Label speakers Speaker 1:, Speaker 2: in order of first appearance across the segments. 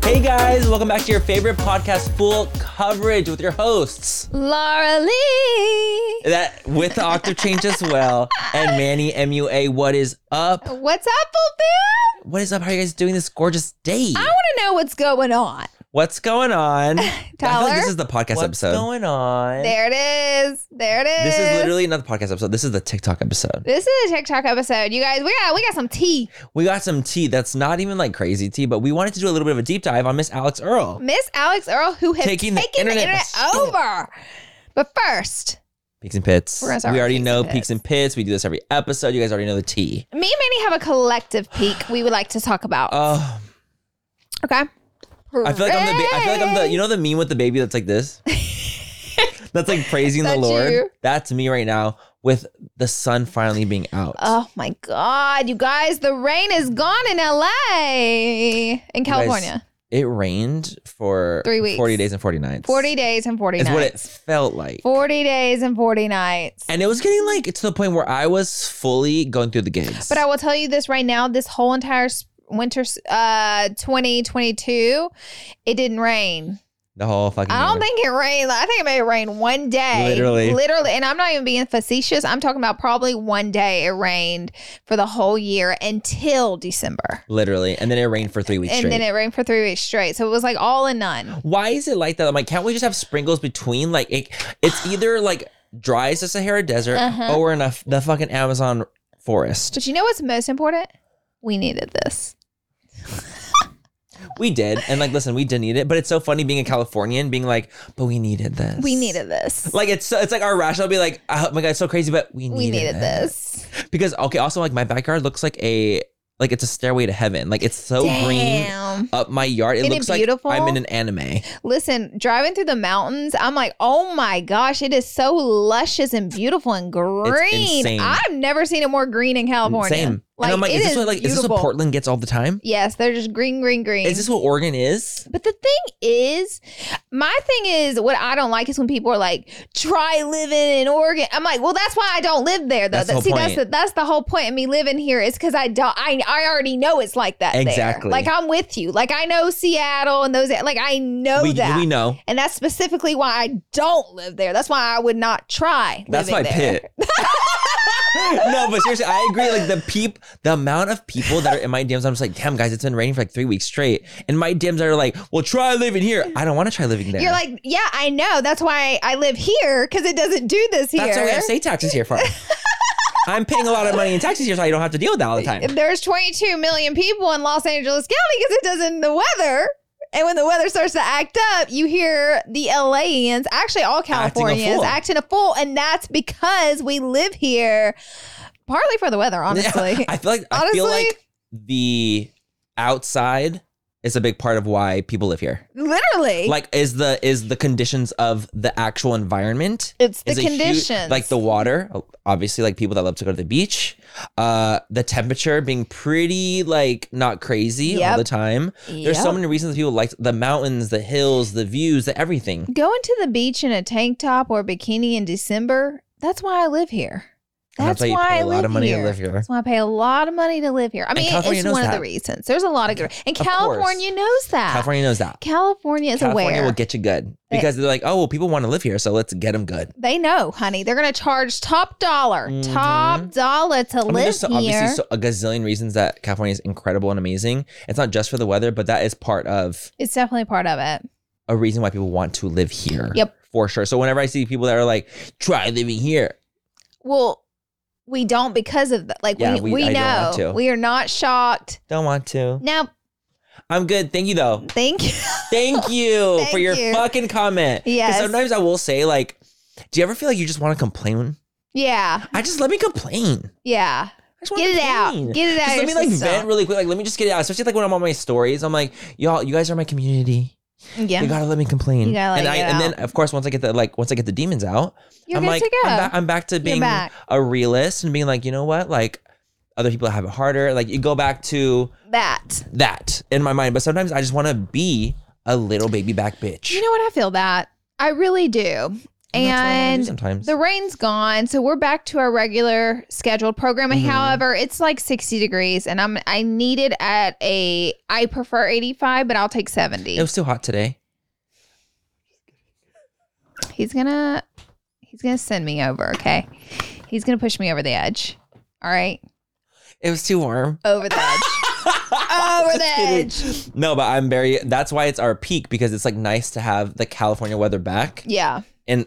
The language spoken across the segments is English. Speaker 1: guys. Welcome back to your favorite podcast, Full Coverage, with your hosts.
Speaker 2: Laura Lee.
Speaker 1: That with the octave change as well. And Manny MUA, what is up?
Speaker 2: What's up, old man?
Speaker 1: What is up? How are you guys doing this gorgeous day?
Speaker 2: I want to know what's going on.
Speaker 1: What's going on? I feel
Speaker 2: Tyler?
Speaker 1: like this is the podcast episode. What's going on?
Speaker 2: There it is. There it is.
Speaker 1: This is literally not the podcast episode. This is the TikTok episode.
Speaker 2: This is a TikTok episode. You guys, we got we got some tea.
Speaker 1: We got some tea that's not even like crazy tea, but we wanted to do a little bit of a deep dive on Miss Alex Earl
Speaker 2: Miss Alex Earl, who has
Speaker 1: Taking
Speaker 2: taken,
Speaker 1: the internet by
Speaker 2: the internet
Speaker 1: storm.
Speaker 2: over. But first,
Speaker 1: Peaks and Pits.
Speaker 2: We're gonna start
Speaker 1: we
Speaker 2: with
Speaker 1: already
Speaker 2: Peaks and
Speaker 1: know
Speaker 2: Pits.
Speaker 1: Peaks and Pits. We do this every episode. You guys already know the tea.
Speaker 2: me and Manny have a collective peak we would like to talk about.
Speaker 1: Oh,
Speaker 2: okay.
Speaker 1: I feel like I'm the. Ba- I feel like I'm the. You know the meme with the baby that's like this. that's like praising the
Speaker 2: That's
Speaker 1: Lord.
Speaker 2: you.
Speaker 1: That's me right now with the sun finally being out.
Speaker 2: Oh my God, you guys, the rain is gone in LA, in California.
Speaker 1: It rained for
Speaker 2: Three weeks.
Speaker 1: forty days and forty nights.
Speaker 2: 40 days and 40
Speaker 1: is
Speaker 2: nights.
Speaker 1: what it felt like.
Speaker 2: 40 days and 40 nights.
Speaker 1: and it was getting like to the point where I was fully going through the gigs.
Speaker 2: But I will tell you this right now: this whole entire s- winter, s- uh, twenty twenty two, it didn't rain.
Speaker 1: the whole fucking.
Speaker 2: I don't
Speaker 1: year.
Speaker 2: think it rained. I think it may rain one day,
Speaker 1: Literally.
Speaker 2: literally. And I'm not even being facetious. I'm talking about probably one day it rained for the whole year until December,
Speaker 1: Literally, and then it rained for three weeks
Speaker 2: and
Speaker 1: straight.
Speaker 2: then it rained for three weeks straight. So it was like all in none.
Speaker 1: Why is it like that? I'm like, can't we just have sprinkles between? Like, it, it's either like dry as the Sahara Desert
Speaker 2: Uh-huh.
Speaker 1: or we're in a, f- the fucking Amazon forest.
Speaker 2: But you know what's most important? We needed this.
Speaker 1: We did. And like, listen, we did need it, but it's so funny being a Californian being like, but we needed this.
Speaker 2: We needed this.
Speaker 1: Like it's so, it's like our rationale be like, oh my god, it's so crazy, but we needed,
Speaker 2: we needed
Speaker 1: this.
Speaker 2: this.
Speaker 1: Because okay, also like my backyard looks like a like it's a stairway to heaven. Like it's so green
Speaker 2: Damn.
Speaker 1: up my yard. It
Speaker 2: Isn't it
Speaker 1: looks like
Speaker 2: beautiful?
Speaker 1: I'm in an anime.
Speaker 2: Listen, driving through the mountains, I'm like, oh my gosh, it is so luscious and beautiful and green.
Speaker 1: insane.
Speaker 2: I've never seen it more green in California.
Speaker 1: Same. and I'm like,
Speaker 2: it
Speaker 1: is this what like is this
Speaker 2: beautiful.
Speaker 1: what Portland gets all the time?
Speaker 2: Yes, they're just green, green, green.
Speaker 1: Is this what Oregon is?
Speaker 2: but the thing is, my thing is, what I don't like is when people are like, try living in Oregon. I'm like, well, that's why I don't live there, though.
Speaker 1: That's the
Speaker 2: That-
Speaker 1: whole
Speaker 2: see, that's
Speaker 1: point.
Speaker 2: the that's the whole point of me living here is because I don't, I, I already know it's like that. there.
Speaker 1: Exactly.
Speaker 2: Like I'm with you. Like I know Seattle and those. Like I know
Speaker 1: we,
Speaker 2: that.
Speaker 1: we know.
Speaker 2: And that's specifically why I don't live there. That's why I would not try.
Speaker 1: That's my
Speaker 2: living there.
Speaker 1: pit. no, but seriously, I agree. Like the peep, the amount of people that are in my DMs, I'm just like, damn, guys, it's been raining for like three weeks straight. And my DMs are like, well, try living here. I don't want to try living there.
Speaker 2: You're like, yeah, I know. That's why I live here because it doesn't do this here.
Speaker 1: that's why we have state taxes here for. I'm paying a lot of money in taxes here, so I don't have to deal with that all the time.
Speaker 2: There's 22 million people in Los Angeles County because it doesn't the weather. And when the weather starts to act up, you hear the LAians, actually all
Speaker 1: a
Speaker 2: Californians,
Speaker 1: fool.
Speaker 2: acting a fool, and that's because we live here, partly for the weather, honestly.
Speaker 1: I feel like I feel
Speaker 2: Honestly.
Speaker 1: like the outside is a big part of why people live here.
Speaker 2: Literally,
Speaker 1: Like, is the is the conditions of the actual environment
Speaker 2: it's the
Speaker 1: is a huge-
Speaker 2: conditions,
Speaker 1: like the water, obviously, like people that love to go to the beach, uh, the temperature being pretty like not crazy all
Speaker 2: Yep.
Speaker 1: the time. There's so
Speaker 2: Yep.
Speaker 1: many reasons people like the mountains, the hills, the views, the everything.
Speaker 2: Going to the beach in a tank top or bikini in December, that's why I live here.
Speaker 1: And
Speaker 2: That's
Speaker 1: why you
Speaker 2: why
Speaker 1: pay
Speaker 2: I
Speaker 1: a lot
Speaker 2: live
Speaker 1: of money
Speaker 2: here.
Speaker 1: to live here.
Speaker 2: That's why I pay a lot of money to live here. I mean,
Speaker 1: California
Speaker 2: it's
Speaker 1: knows
Speaker 2: one of
Speaker 1: that.
Speaker 2: the reasons. There's a lot of good, and
Speaker 1: Of course.
Speaker 2: California knows that. California,
Speaker 1: California knows that.
Speaker 2: is
Speaker 1: California
Speaker 2: aware.
Speaker 1: will get you good because they're like, oh, well, people want to live here, so let's get them good.
Speaker 2: they know, honey. They're gonna charge top dollar, top dollar to
Speaker 1: Mm-hmm. I mean,
Speaker 2: live
Speaker 1: there's so,
Speaker 2: here.
Speaker 1: obviously so, a gazillion reasons that California is incredible and amazing. It's not just for the weather, but that is part of
Speaker 2: it's definitely part of it.
Speaker 1: a reason why people want to live here.
Speaker 2: Yep.
Speaker 1: For sure. So whenever I see people that are like, try living here,
Speaker 2: Well, we don't because of that. Like
Speaker 1: Yeah,
Speaker 2: we,
Speaker 1: we-
Speaker 2: we,
Speaker 1: I don't want to.
Speaker 2: know we are not shocked.
Speaker 1: don't want to.
Speaker 2: Now,
Speaker 1: I'm good. Thank you though.
Speaker 2: thank you.
Speaker 1: Thank you
Speaker 2: Thank
Speaker 1: for your
Speaker 2: you.
Speaker 1: fucking comment. 'Cause
Speaker 2: Yes.
Speaker 1: Sometimes I will say like, do you ever feel like you just want to complain?
Speaker 2: yeah,
Speaker 1: I just let me complain.
Speaker 2: yeah.
Speaker 1: I just wanna
Speaker 2: Get it
Speaker 1: complain.
Speaker 2: out. Get it out.
Speaker 1: Just
Speaker 2: of
Speaker 1: let me
Speaker 2: your
Speaker 1: like
Speaker 2: system.
Speaker 1: vent really quick. Like let me just get it out. Especially like when I'm on my stories, I'm like, y'all, you guys are my community.
Speaker 2: Yeah.
Speaker 1: You gotta let me complain.
Speaker 2: You gotta let
Speaker 1: and
Speaker 2: it
Speaker 1: I
Speaker 2: get
Speaker 1: and
Speaker 2: out.
Speaker 1: then of course once I get the like once I get the demons out,
Speaker 2: You're
Speaker 1: I'm
Speaker 2: good
Speaker 1: like
Speaker 2: to go.
Speaker 1: I'm, back, I'm back to being
Speaker 2: back.
Speaker 1: a realist and being like, you know what, like other people have it harder. Like you go back to
Speaker 2: that.
Speaker 1: that in my mind, but sometimes I just want to be a little baby back bitch.
Speaker 2: You know what? I feel that. I really do.
Speaker 1: And that's all I do
Speaker 2: and
Speaker 1: sometimes
Speaker 2: the rain's gone, so we're back to our regular scheduled programming.
Speaker 1: Mhm.
Speaker 2: However, it's like 60 degrees, and I'm I need it at a I prefer 85, but I'll take 70.
Speaker 1: it was too hot today.
Speaker 2: he's gonna he's gonna send me over. Okay, he's gonna push me over the edge. All right,
Speaker 1: It was too warm.
Speaker 2: over the edge. Over
Speaker 1: Just
Speaker 2: the
Speaker 1: kidding.
Speaker 2: edge.
Speaker 1: No, but I'm very. That's why it's our peak because it's like nice to have the California weather back
Speaker 2: Yeah,
Speaker 1: in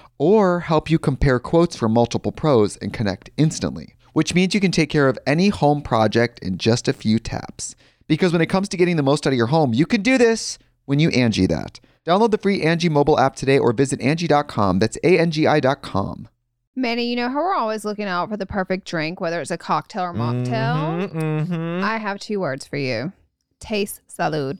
Speaker 3: or help you compare quotes from multiple pros and connect instantly, which means you can take care of any home project in just a few taps. Because when it comes to getting the most out of your home, you can do this when you Angie that. Download the free Angie mobile app today or visit Angie.com. That's A-N-G-I dot com.
Speaker 2: Manny, you know how we're always looking out for the perfect drink, whether it's a cocktail or mocktail?
Speaker 1: Mhm, mhm.
Speaker 2: I have two words for you. Taste salud.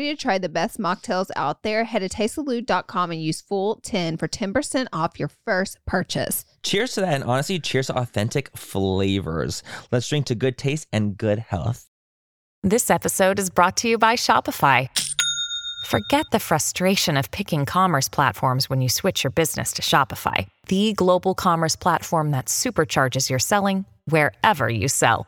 Speaker 2: to try the best mocktails out there, head to tastesalute.com and use full 10 for 10% off your first purchase.
Speaker 1: Cheers to that, and honestly, cheers to authentic flavors. Let's drink to good taste and good health.
Speaker 4: This episode is brought to you by Shopify. Forget the frustration of picking commerce platforms when you switch your business to Shopify, the global commerce platform that supercharges your selling wherever you sell.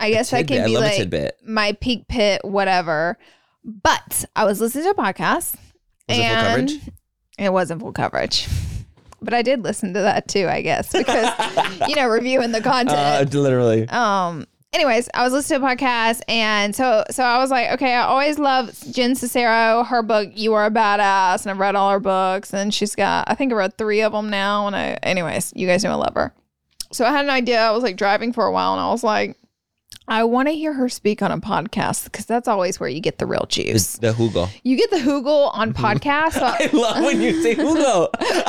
Speaker 2: I guess that
Speaker 1: Tidbit.
Speaker 2: can be
Speaker 1: I love
Speaker 2: like
Speaker 1: a tidbit.
Speaker 2: my peak pit, whatever. But I was listening to a podcast.
Speaker 1: Was it full
Speaker 2: and
Speaker 1: coverage?
Speaker 2: It wasn't full coverage. But I did listen to that too, I guess, because, you know, reviewing the content.
Speaker 1: Uh, literally.
Speaker 2: um anyways i was listening to a podcast and so so i was like okay i always love jen cicero her book you are a badass and i've read all her books and she's got i think i read three of them now and i anyways you guys know i love her so i had an idea i was like driving for a while and i was like i want to hear her speak on a podcast because that's always where you get the real juice
Speaker 1: The, the Hugo.
Speaker 2: you get the hoogle on podcast so
Speaker 1: Mm-hmm. I love when you say Hugo.
Speaker 2: Just-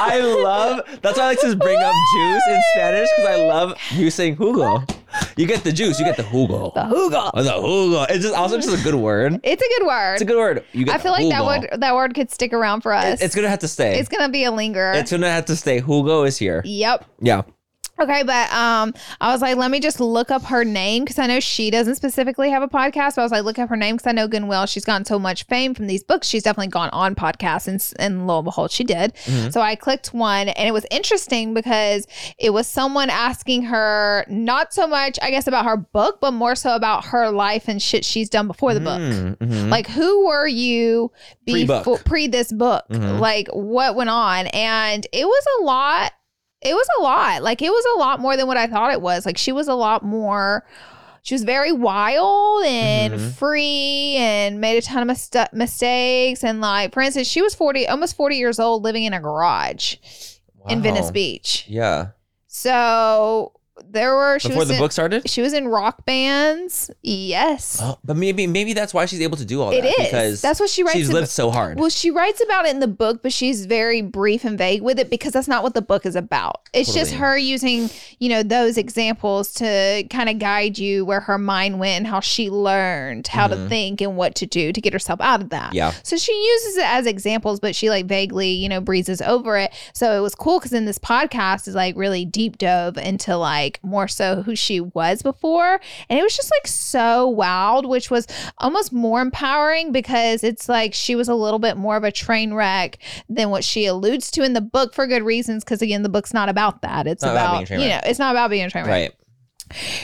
Speaker 1: I love. That's why I like to bring up juice in Spanish because I love you saying jugo. You get the juice. You get the jugo. The jugo. The jugo. It's just also just a good word.
Speaker 2: It's a good word.
Speaker 1: It's a good word. You get
Speaker 2: I feel like
Speaker 1: jugo.
Speaker 2: that word that word could stick around for us.
Speaker 1: It's gonna have to stay.
Speaker 2: It's gonna be a lingerer.
Speaker 1: It's gonna have to stay. Jugo is here.
Speaker 2: yep.
Speaker 1: Yeah.
Speaker 2: Okay, but um, I was like, let me just look up her name because I know she doesn't specifically have a podcast. But I was like, look up her name because I know Goodwill. She's gotten so much fame from these books. She's definitely gone on podcasts, and s- and lo and behold, she did. So I clicked one, and it was interesting because it was someone asking her not so much, I guess, about her book, but more so about her life and shit she's done before the book.
Speaker 1: Mhm.
Speaker 2: Like, who were you
Speaker 1: Pre-book.
Speaker 2: before pre this book?
Speaker 1: Mhm.
Speaker 2: Like, what went on? And it was a lot. It was a lot. Like, it was a lot more than what I thought it was. Like, she was a lot more. She was very wild and
Speaker 1: Mhm.
Speaker 2: free and made a ton of mis- mistakes. And, like, for instance, she was 40, almost 40 years old, living in a garage in
Speaker 1: Wow.
Speaker 2: Venice Beach.
Speaker 1: Yeah.
Speaker 2: So there were, she
Speaker 1: Before
Speaker 2: was
Speaker 1: the
Speaker 2: in,
Speaker 1: book started.
Speaker 2: She was in rock bands. Yes.
Speaker 1: Oh, but maybe maybe that's why she's able to do all
Speaker 2: It
Speaker 1: that
Speaker 2: is.
Speaker 1: because
Speaker 2: That's what she writes.
Speaker 1: she's
Speaker 2: in-
Speaker 1: lived so hard.
Speaker 2: well, she writes about it in the book, but she's very brief and vague with it because that's not what the book is about. It's just
Speaker 1: Totally.
Speaker 2: her using, you know, those examples to kind of guide you where her mind went and how she learned how to
Speaker 1: Mhm.
Speaker 2: think and what to do to get herself out of that.
Speaker 1: yeah.
Speaker 2: So she uses it as examples, but she like vaguely, you know, breezes over it. So it was cool because in this podcast is like really deep dove into like more so who she was before. And it was just like so wild, which was almost more empowering because it's like she was a little bit more of a train wreck than what she alludes to in the book for good reasons. Because again, the book's not about that. It's
Speaker 1: Not about being a
Speaker 2: about,
Speaker 1: train
Speaker 2: you know,
Speaker 1: wreck.
Speaker 2: it's not about being a train wreck
Speaker 1: Right.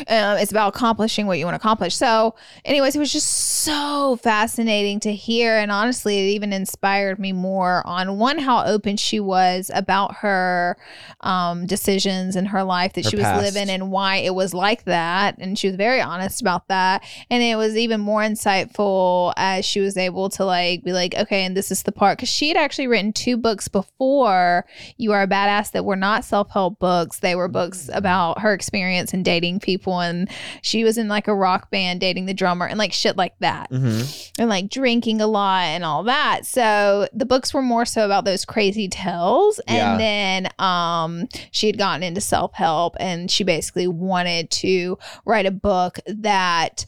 Speaker 2: um, it's about accomplishing what you want to accomplish. So, anyways, it was just so fascinating to hear. And honestly, it even inspired me more on one, how open she was about her um, decisions and her life that
Speaker 1: Her
Speaker 2: she was
Speaker 1: past.
Speaker 2: living and why it was like that. And she was very honest about that. And it was even more insightful as she was able to like be like, okay, and this is the part. Cause she had actually written two books before you Are a Badass that were not self help books. They were books about her experience in dating people. And she was in like a rock band dating the drummer and like shit like that
Speaker 1: hmm
Speaker 2: and like drinking a lot and all that. So the books were more so about those crazy tales. And
Speaker 1: Yeah.
Speaker 2: then um she had gotten into self-help and she basically wanted to write a book that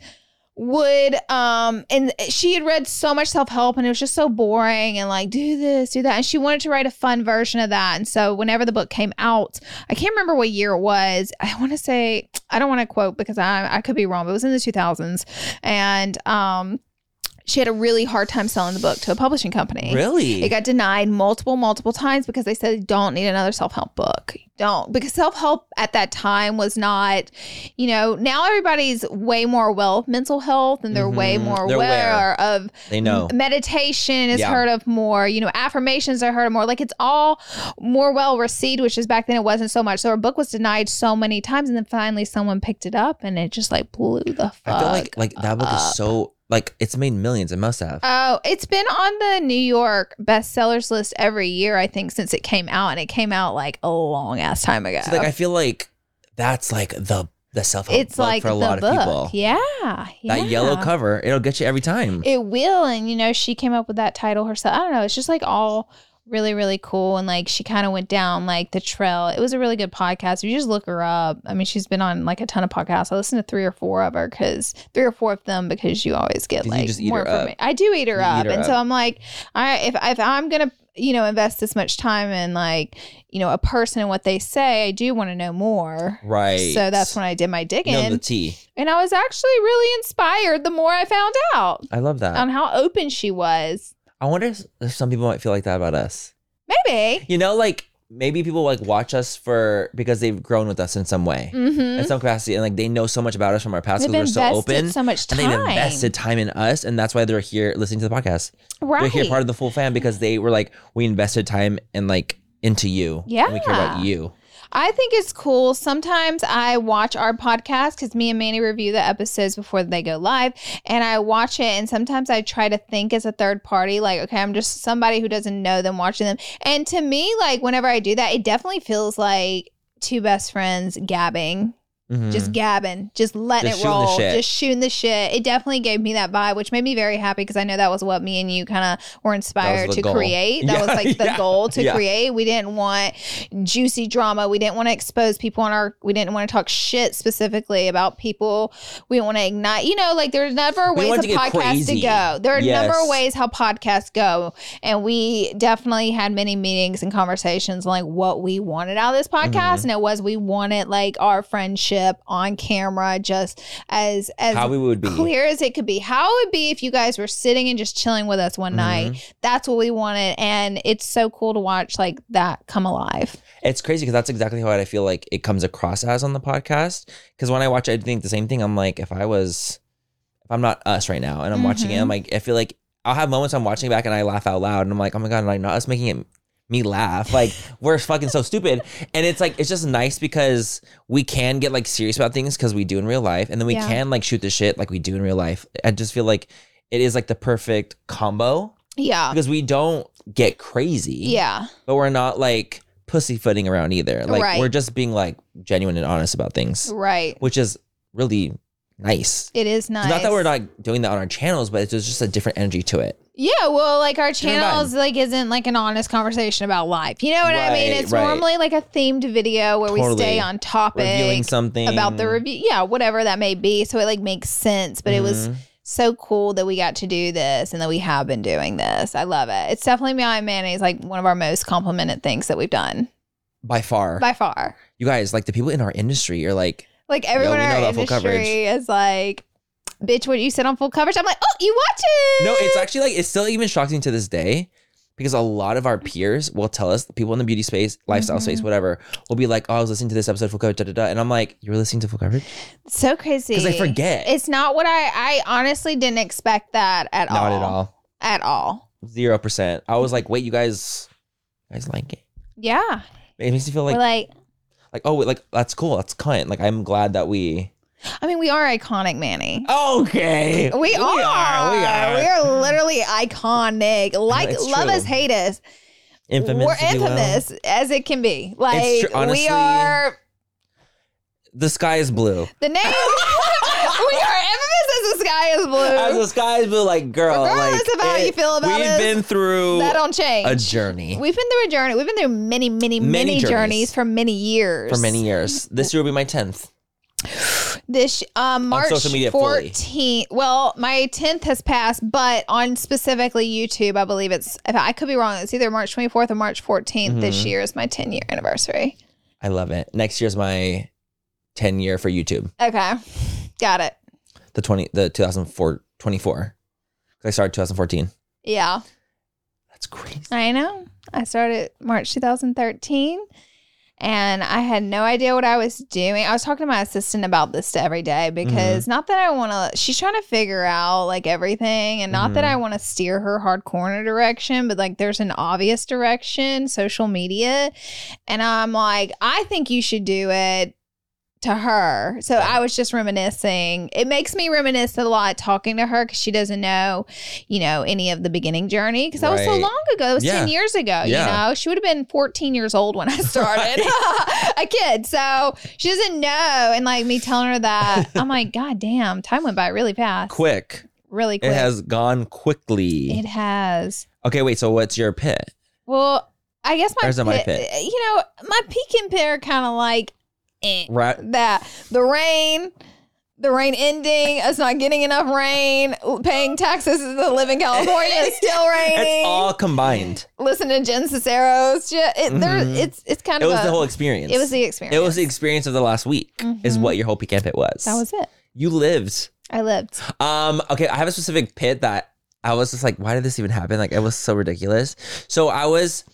Speaker 2: would um and she had read so much self-help and it was just so boring and like do this do that and she wanted to write a fun version of that and so whenever the book came out i can't remember what year it was i want to say i don't want to quote because i i could be wrong but it was in the 2000s and um she had a really hard time selling the book to a publishing company
Speaker 1: Really?
Speaker 2: it got denied multiple, multiple times because they said "You don't need another self help book. Don't because self help at that time was not, you know, now everybody's way more aware of mental health and they're way
Speaker 1: Mhm.
Speaker 2: more
Speaker 1: They're
Speaker 2: aware, of
Speaker 1: they know.
Speaker 2: meditation is
Speaker 1: Yeah.
Speaker 2: heard of more, you know, affirmations are heard of more. Like it's all more well received, which is back then it wasn't so much. So her book was denied so many times and then finally someone picked it up and it just like blew the fuck.
Speaker 1: I feel like like that book is so like it's made millions. It must have.
Speaker 2: Oh, it's been on the New York bestsellers list every year, I think, since it came out, and it came out like a long ass time ago.
Speaker 1: See, like I feel like that's like the the self help
Speaker 2: it's
Speaker 1: book
Speaker 2: like
Speaker 1: for a
Speaker 2: the
Speaker 1: lot
Speaker 2: book.
Speaker 1: of people.
Speaker 2: Yeah, yeah.
Speaker 1: That yellow cover, it'll get you every time.
Speaker 2: It will, and you know, she came up with that title herself. I don't know. It's just like all really, really cool, and like she kind of went down like the trail. It was a really good podcast. If you just look her up, I mean, she's been on like a ton of podcasts. I listened to three or four of her because three or four of them because you always get
Speaker 1: Did you
Speaker 2: like
Speaker 1: just eat
Speaker 2: more
Speaker 1: her up?
Speaker 2: information. I do eat her
Speaker 1: You eat
Speaker 2: up,
Speaker 1: her
Speaker 2: and so
Speaker 1: up.
Speaker 2: I'm like, I if if I'm gonna you know invest this much time in like you know a person and what they say, I do want to know more.
Speaker 1: right.
Speaker 2: So that's when I did my digging,
Speaker 1: know the tea.
Speaker 2: and I was actually really inspired the more I found out
Speaker 1: I love that.
Speaker 2: on how open she was.
Speaker 1: I wonder if- if some people might feel like that about us.
Speaker 2: Maybe.
Speaker 1: You know, like maybe people like watch us for because they've grown with us in some way,
Speaker 2: Mm-hmm.
Speaker 1: in some capacity, and like they know so much about us from our past
Speaker 2: They've
Speaker 1: because we're
Speaker 2: invested
Speaker 1: so open.
Speaker 2: so much
Speaker 1: and
Speaker 2: time.
Speaker 1: they've invested time in us, and that's why they're here listening to the podcast.
Speaker 2: right.
Speaker 1: They're here part of the full fan because they were like, we invested time and like into you. and we care about
Speaker 2: Yeah.
Speaker 1: you.
Speaker 2: I think it's cool. Sometimes I watch our podcast because me and Manny review the episodes before they go live, and I watch it. And sometimes I try to think as a third party, like, okay, I'm just somebody who doesn't know them watching them. And to me, like, whenever I do that, it definitely feels like two best friends gabbing.
Speaker 1: Mhm.
Speaker 2: just gabbing, just letting
Speaker 1: Just
Speaker 2: it
Speaker 1: shooting the
Speaker 2: roll,
Speaker 1: shit.
Speaker 2: just shooting the shit. It definitely gave me that vibe, which made me very happy because I know that was what me and you kind of were inspired
Speaker 1: the
Speaker 2: to
Speaker 1: goal.
Speaker 2: create. That
Speaker 1: Yeah,
Speaker 2: was like the
Speaker 1: yeah,
Speaker 2: goal to
Speaker 1: yeah.
Speaker 2: create. We didn't want juicy drama. We didn't want to expose people on our. We didn't want to talk shit specifically about people. We didn't want to ignite. You know, like there's never
Speaker 1: We
Speaker 2: ways
Speaker 1: wanted
Speaker 2: a
Speaker 1: to get
Speaker 2: podcast to
Speaker 1: crazy.
Speaker 2: go. There are a number of
Speaker 1: Yes.
Speaker 2: ways how podcasts go, and we definitely had many meetings and conversations on like what we wanted out of this
Speaker 1: Mm-hmm.
Speaker 2: podcast, and it was we wanted like our friendship on camera, just as as
Speaker 1: how we would be.
Speaker 2: clear as it could be. How it would be if you guys were sitting and just chilling with us one
Speaker 1: Mm-hmm.
Speaker 2: night. That's what we wanted, and it's so cool to watch like that come alive.
Speaker 1: It's crazy because that's exactly how I feel like it comes across as on the podcast. Because when I watch, it, I think the same thing. I'm like, if I was, if I'm not us right now, and I'm watching
Speaker 2: Mm-hmm.
Speaker 1: it, I'm like, I feel like I'll have moments I'm watching back and I laugh out loud, and I'm like, oh my god, like not us making it me laugh. Like we're fucking so stupid, and it's like it's just nice because we can get like serious about things because we do in real life, and then we
Speaker 2: Yeah.
Speaker 1: can like shoot the shit like we do in real life. I just feel like it is like the perfect combo
Speaker 2: Yeah,
Speaker 1: because we don't get crazy
Speaker 2: yeah,
Speaker 1: but we're not like pussyfooting around either. Like
Speaker 2: Right.
Speaker 1: we're just being like genuine and honest about things,
Speaker 2: right.
Speaker 1: which is really nice.
Speaker 2: It is
Speaker 1: It's
Speaker 2: nice.
Speaker 1: Not that we're not doing that on our channels, but it's just just a different energy to it.
Speaker 2: Yeah, well, like our
Speaker 1: Different
Speaker 2: channels
Speaker 1: vibe.
Speaker 2: like isn't like an honest conversation about life. You know what I mean?
Speaker 1: Right,
Speaker 2: It's
Speaker 1: right.
Speaker 2: normally like a themed video where we
Speaker 1: Totally.
Speaker 2: stay on
Speaker 1: Reviewing
Speaker 2: topic
Speaker 1: something
Speaker 2: about the review. Yeah, whatever that may be. So it like makes sense, but it was
Speaker 1: Mhm.
Speaker 2: so cool that we got to do this and that we have been doing this. I love it. It's definitely Meow and Mayonnaise like one of our most complimented things that we've done
Speaker 1: by far.
Speaker 2: by far.
Speaker 1: you guys, like the people in our industry are like,
Speaker 2: Like everyone
Speaker 1: we
Speaker 2: in
Speaker 1: know
Speaker 2: our
Speaker 1: about full coverage.
Speaker 2: industry is like, bitch, what you said on full coverage? I'm like, oh, you watch it.
Speaker 1: no, it's actually like it's still even shocking to this day. Because a lot of our peers will tell us, people in the beauty space, lifestyle space,
Speaker 2: Mm-hmm.
Speaker 1: whatever, will be like, "Oh, I was listening to this episode full coverage, da da da," and I'm like, "You were listening to full coverage?"
Speaker 2: so crazy.
Speaker 1: 'Cause I forget.
Speaker 2: It's not what I I honestly didn't expect that at all.
Speaker 1: Not at all,
Speaker 2: At all.
Speaker 1: zero percent. I was like, "Wait, you guys, you guys like it?"
Speaker 2: Yeah.
Speaker 1: It makes me feel
Speaker 2: We're
Speaker 1: like
Speaker 2: like,
Speaker 1: like oh like that's cool that's cunt like i'm glad that we
Speaker 2: I mean, we are iconic, Manny.
Speaker 1: okay
Speaker 2: We, are.
Speaker 1: Oh, we are
Speaker 2: We are literally iconic. Like
Speaker 1: It's
Speaker 2: love
Speaker 1: true.
Speaker 2: us, hate us.
Speaker 1: infamous
Speaker 2: We're
Speaker 1: if you will.
Speaker 2: infamous as it can be. Like
Speaker 1: true, honestly.
Speaker 2: we are
Speaker 1: the sky is blue
Speaker 2: the name. we are infamous as the sky is blue.
Speaker 1: as the sky is blue like girl
Speaker 2: Regardless
Speaker 1: like,
Speaker 2: of how you feel about
Speaker 1: we've
Speaker 2: us,
Speaker 1: been through
Speaker 2: that don't change.
Speaker 1: a journey
Speaker 2: We've been through a journey. We've been through many, many, many,
Speaker 1: Many
Speaker 2: journeys.
Speaker 1: journeys.
Speaker 2: for many years.
Speaker 1: for many years this year will be my 10th
Speaker 2: this um March
Speaker 1: social media fully.
Speaker 2: 14th. Well, my 10th has passed, but on specifically YouTube, I believe it's if I could be wrong, it's either March 24th or March 14th this
Speaker 1: Mm-hmm.
Speaker 2: year is my 10 year anniversary.
Speaker 1: i love it next year's my 10 year for youtube
Speaker 2: Okay. Got it.
Speaker 1: the 20 the 2004 24 because i started 2014
Speaker 2: Yeah.
Speaker 1: that's crazy
Speaker 2: I know. I started March 2013 and I had no idea what I was doing. I was talking to my assistant about this to every day because not that I want to, she's trying to figure out like everything and not that I want to steer her hardcore in a direction, but like there's an obvious direction, social media. And I'm like, I think you should do it to her. So I was just reminiscing. It makes me reminisce a lot talking to her because she doesn't know, you know, any of the beginning journey because that was so
Speaker 1: Right.
Speaker 2: long ago. That was 10
Speaker 1: Yeah.
Speaker 2: years ago,
Speaker 1: Yeah.
Speaker 2: you know. She would have been 14 years old when I started, a kid. So she doesn't know. And like me telling her that, I'm like, God damn, time went by really fast.
Speaker 1: quick
Speaker 2: Really quick.
Speaker 1: it has gone quickly
Speaker 2: It has.
Speaker 1: okay wait so what's your pit
Speaker 2: Well, I guess my,
Speaker 1: Or is it my
Speaker 2: pit,
Speaker 1: pit?
Speaker 2: you know, my peak and pear kind of like eh,
Speaker 1: right
Speaker 2: that. The rain, the rain ending, us not getting enough rain, paying taxes to live in California, it's still raining.
Speaker 1: it's all combined
Speaker 2: Listen to Jen Cicero's shit. It, there,
Speaker 1: Mhm.
Speaker 2: it's it's kind
Speaker 1: it
Speaker 2: of
Speaker 1: was
Speaker 2: a-
Speaker 1: the whole experience.
Speaker 2: It was the experience.
Speaker 1: It was the experience of the last week. Is
Speaker 2: Mhm.
Speaker 1: what your whole peak pit was.
Speaker 2: That was it.
Speaker 1: you lived.
Speaker 2: I lived.
Speaker 1: Um. Okay. I have a specific pit that I was just like, why did this even happen? Like, it was so ridiculous. So I was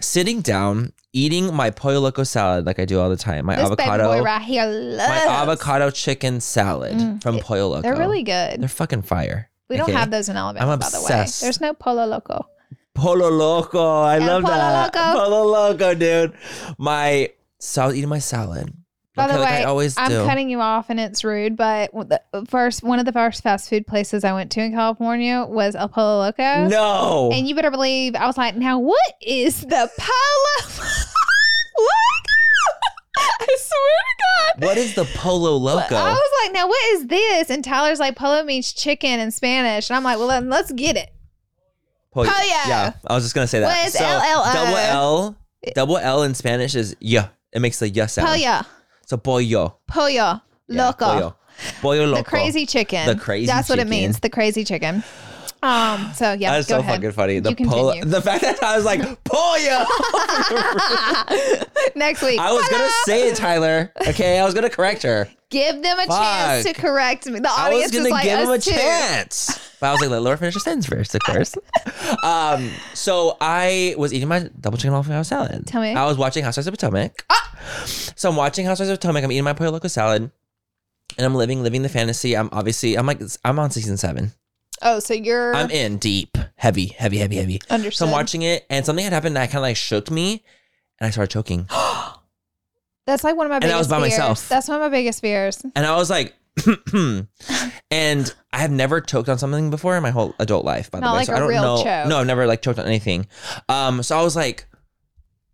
Speaker 1: sitting down eating my pollo loco salad like I do all the time. My
Speaker 2: this baby
Speaker 1: avocado,
Speaker 2: boy right here
Speaker 1: my
Speaker 2: loves.
Speaker 1: avocado chicken salad
Speaker 2: Mm.
Speaker 1: from Pollo Loco.
Speaker 2: They're really good.
Speaker 1: They're fucking fire.
Speaker 2: we don't
Speaker 1: Okay.
Speaker 2: have those in Alabama,
Speaker 1: I'm
Speaker 2: by the way.
Speaker 1: obsessed.
Speaker 2: There's no Polo Loco.
Speaker 1: Polo Loco. I
Speaker 2: Yeah,
Speaker 1: love
Speaker 2: Polo
Speaker 1: that.
Speaker 2: Loco.
Speaker 1: Polo Loco, dude. My so I was eating my salad.
Speaker 2: By the
Speaker 1: okay, like
Speaker 2: way,
Speaker 1: I always
Speaker 2: I'm
Speaker 1: do.
Speaker 2: cutting you off, and it's rude. But the first, one of the first fast food places I went to in California was El Polo Loco.
Speaker 1: no.
Speaker 2: and you better believe I was like, "Now what is the Polo Loco?" I swear to God,
Speaker 1: What is the polo
Speaker 2: But
Speaker 1: loco?
Speaker 2: I was like, now what is this? And Tyler's like, polo means chicken in Spanish. And I'm like, well, then let's get it.
Speaker 1: Pol-
Speaker 2: Pollo.
Speaker 1: Yeah, I was just gonna say that.
Speaker 2: What is LLO?
Speaker 1: Double L, double L in Spanish is yeah. It makes the yes sound.
Speaker 2: Pollo,
Speaker 1: So pollo.
Speaker 2: pollo,
Speaker 1: Yeah,
Speaker 2: loco.
Speaker 1: Pollo. Pollo loco.
Speaker 2: The crazy chicken.
Speaker 1: The crazy
Speaker 2: That's what it
Speaker 1: chicken.
Speaker 2: means. The crazy chicken. Um. So yeah,
Speaker 1: That's
Speaker 2: go
Speaker 1: so
Speaker 2: ahead.
Speaker 1: fucking funny. The
Speaker 2: You
Speaker 1: polo.
Speaker 2: continue.
Speaker 1: The fact that I was like pollo.
Speaker 2: Next week,
Speaker 1: I was gonna say it, Tyler. Okay, I was gonna correct her.
Speaker 2: give them a chance to
Speaker 1: Fuck.
Speaker 2: correct me. The
Speaker 1: I was
Speaker 2: audience
Speaker 1: gonna
Speaker 2: is like
Speaker 1: give him a
Speaker 2: us too.
Speaker 1: chance. But I was like, let Laura finish her sentence first, of course. um, so I was eating my double chicken alfredo salad.
Speaker 2: Tell me.
Speaker 1: I was watching Housewives of Potomac. Ah! So I'm watching Housewives of Potomac. I'm eating my pollo loco salad, and I'm living, living the fantasy. I'm obviously, I'm like, I'm on season seven.
Speaker 2: Oh, so you're
Speaker 1: I'm in deep, heavy, heavy, heavy, heavy. So
Speaker 2: understood.
Speaker 1: I'm watching it, and something had happened that kind of like shook me, and I started choking.
Speaker 2: That's like one of my
Speaker 1: And I
Speaker 2: biggest
Speaker 1: was by
Speaker 2: fears.
Speaker 1: myself.
Speaker 2: That's one of my biggest fears.
Speaker 1: And I was like, and I have never choked on something before in my whole adult life, by the
Speaker 2: Not
Speaker 1: way.
Speaker 2: like
Speaker 1: so
Speaker 2: a
Speaker 1: I don't
Speaker 2: real
Speaker 1: know.
Speaker 2: choke.
Speaker 1: No, I've never like choked on anything. Um, so I was like,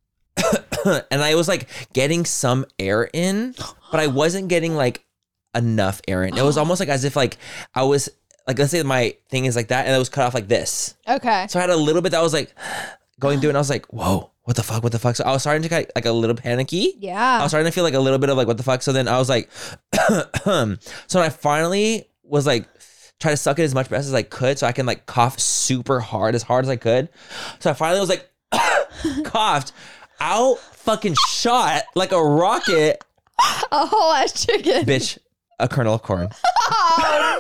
Speaker 1: and I was like getting some air in, but I wasn't getting like enough air in. It was almost like as if like I was like let's say my thing is like that, and it was cut off like this.
Speaker 2: Okay.
Speaker 1: So I had a little bit that I was like going through, and I was like, whoa, what the fuck, what the fuck. So I was starting to get like a little panicky. I
Speaker 2: Yeah.
Speaker 1: was starting to feel like a little bit of like what the fuck. So then I was like, so then I finally was like, try to suck it as much breath as I could, so I can like cough super hard, as hard as I could. So I finally was like, coughed out, fucking shot like a rocket,
Speaker 2: A whole ass chicken.
Speaker 1: bitch. A kernel of corn.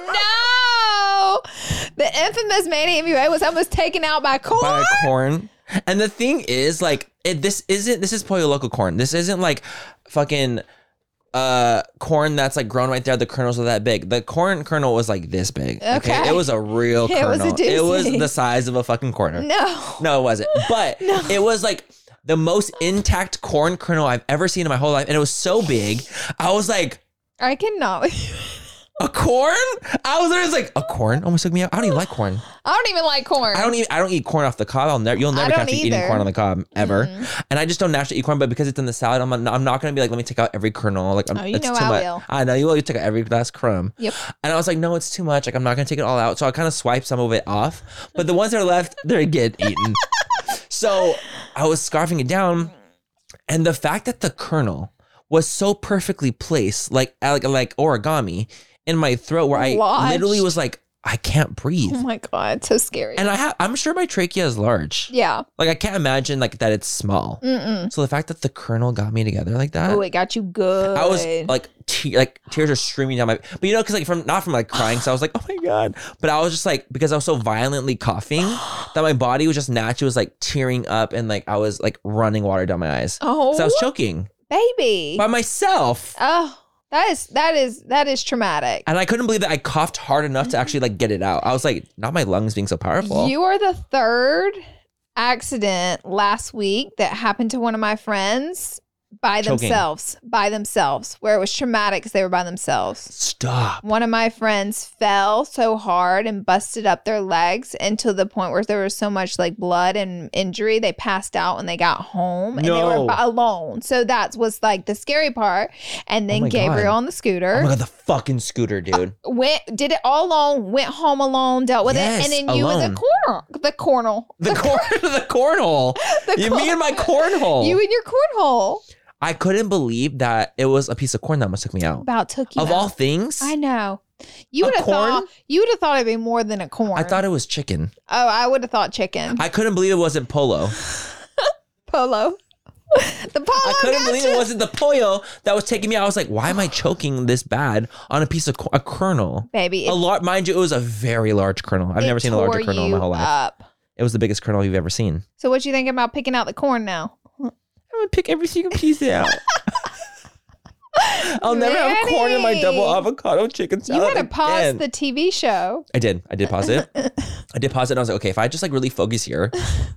Speaker 2: Oh no! The infamous Manny MUA was almost taken out by corn.
Speaker 1: by a corn. And the thing is, like, it, this isn't this is pollo loco corn. This isn't like fucking uh corn that's like grown right there. The kernels are that big. The corn kernel was like this big. Okay,
Speaker 2: Okay.
Speaker 1: it was a real
Speaker 2: It
Speaker 1: kernel.
Speaker 2: was a
Speaker 1: it was
Speaker 2: doozy.
Speaker 1: the size of a fucking corner.
Speaker 2: no.
Speaker 1: No, it wasn't. But it was like the most intact corn kernel I've ever seen in my whole life, and it was so big. I was like.
Speaker 2: I cannot.
Speaker 1: A corn? I was literally like, a corn Oh, almost took me out. I don't even like corn.
Speaker 2: I don't even like corn.
Speaker 1: I don't eat. I don't eat corn off the cob. I'll never. You'll never
Speaker 2: don't
Speaker 1: catch me eating
Speaker 2: either. Mm-hmm.
Speaker 1: corn on the cob ever. And I just don't naturally eat corn. But because it's in the salad, I'm not. I'm not gonna be like, let me take out every kernel. Like, I'm,
Speaker 2: Oh, you
Speaker 1: it's
Speaker 2: know
Speaker 1: too
Speaker 2: I
Speaker 1: much.
Speaker 2: will.
Speaker 1: I know you will. You take out every last crumb.
Speaker 2: Yep.
Speaker 1: And I was like, no, it's too much. Like, I'm not gonna take it all out. So I kind of swipe some of it off. But the ones that are left, they're getting eaten. so I was scarfing it down, and the fact that the kernel was so perfectly placed, like like like origami, in my throat, where I
Speaker 2: Lodged.
Speaker 1: literally was like, I can't breathe.
Speaker 2: Oh my god, so scary.
Speaker 1: And I have, I'm sure my trachea is large.
Speaker 2: yeah.
Speaker 1: Like I can't imagine like that it's small.
Speaker 2: Mm-mm.
Speaker 1: So the fact that the colonel got me together like that,
Speaker 2: Oh, it got you good.
Speaker 1: I was like, te- like tears are streaming down my. But you know, because like from not from like crying, so I was like, oh my god. But I was just like because I was so violently coughing that my body was just naturally was like tearing up and like I was like running water down my eyes.
Speaker 2: oh,
Speaker 1: So I was choking
Speaker 2: baby.
Speaker 1: by myself.
Speaker 2: Oh, that is that is that is traumatic.
Speaker 1: And I couldn't believe that I coughed hard enough to actually like get it out. I was like, not my lungs being so powerful.
Speaker 2: You are the third accident last week that happened to one of my friends by
Speaker 1: Choking.
Speaker 2: themselves, by themselves, where it was traumatic because they were by themselves.
Speaker 1: Stop.
Speaker 2: One of my friends fell so hard and busted up their legs until the point where there was so much like blood and injury, they passed out when they got home and they
Speaker 1: No.
Speaker 2: were b- alone. So that was like the scary part. And then
Speaker 1: my
Speaker 2: Gabriel
Speaker 1: God.
Speaker 2: on the
Speaker 1: Oh
Speaker 2: scooter
Speaker 1: my god, the fucking scooter, dude.
Speaker 2: went, did it all alone, went home alone, dealt with
Speaker 1: Yes,
Speaker 2: it, and then you and
Speaker 1: alone.
Speaker 2: the corner, the cornel,
Speaker 1: The corn, the cornhole. you mean my cornhole?
Speaker 2: you and your cornhole
Speaker 1: I couldn't believe that it was a piece of corn that almost took me out.
Speaker 2: about took you.
Speaker 1: Of all
Speaker 2: out.
Speaker 1: things,
Speaker 2: I know. You
Speaker 1: A
Speaker 2: would have
Speaker 1: corn?
Speaker 2: thought you would have thought it'd be more than a corn.
Speaker 1: I thought it was chicken.
Speaker 2: Oh, I would have thought chicken.
Speaker 1: I couldn't believe it wasn't polo.
Speaker 2: polo. the polo.
Speaker 1: I couldn't
Speaker 2: got
Speaker 1: believe
Speaker 2: you.
Speaker 1: it wasn't the pollo that was taking me out. I was like, why am I choking this bad on a piece of cor- a kernel?
Speaker 2: Baby,
Speaker 1: A lar- mind you, it was a very large kernel. I've
Speaker 2: it
Speaker 1: never seen a larger
Speaker 2: tore
Speaker 1: kernel in
Speaker 2: you
Speaker 1: my whole life.
Speaker 2: Up.
Speaker 1: It was the biggest kernel you've ever seen.
Speaker 2: So what you think about picking out the corn now?
Speaker 1: I'm gonna pick every single piece out. I'll never have corn in my double
Speaker 2: Manny.
Speaker 1: avocado chicken
Speaker 2: You
Speaker 1: salad.
Speaker 2: had to pause
Speaker 1: again.
Speaker 2: the TV show.
Speaker 1: I did. I did pause it. I did pause it. And I was like, okay, if I just like really focus here,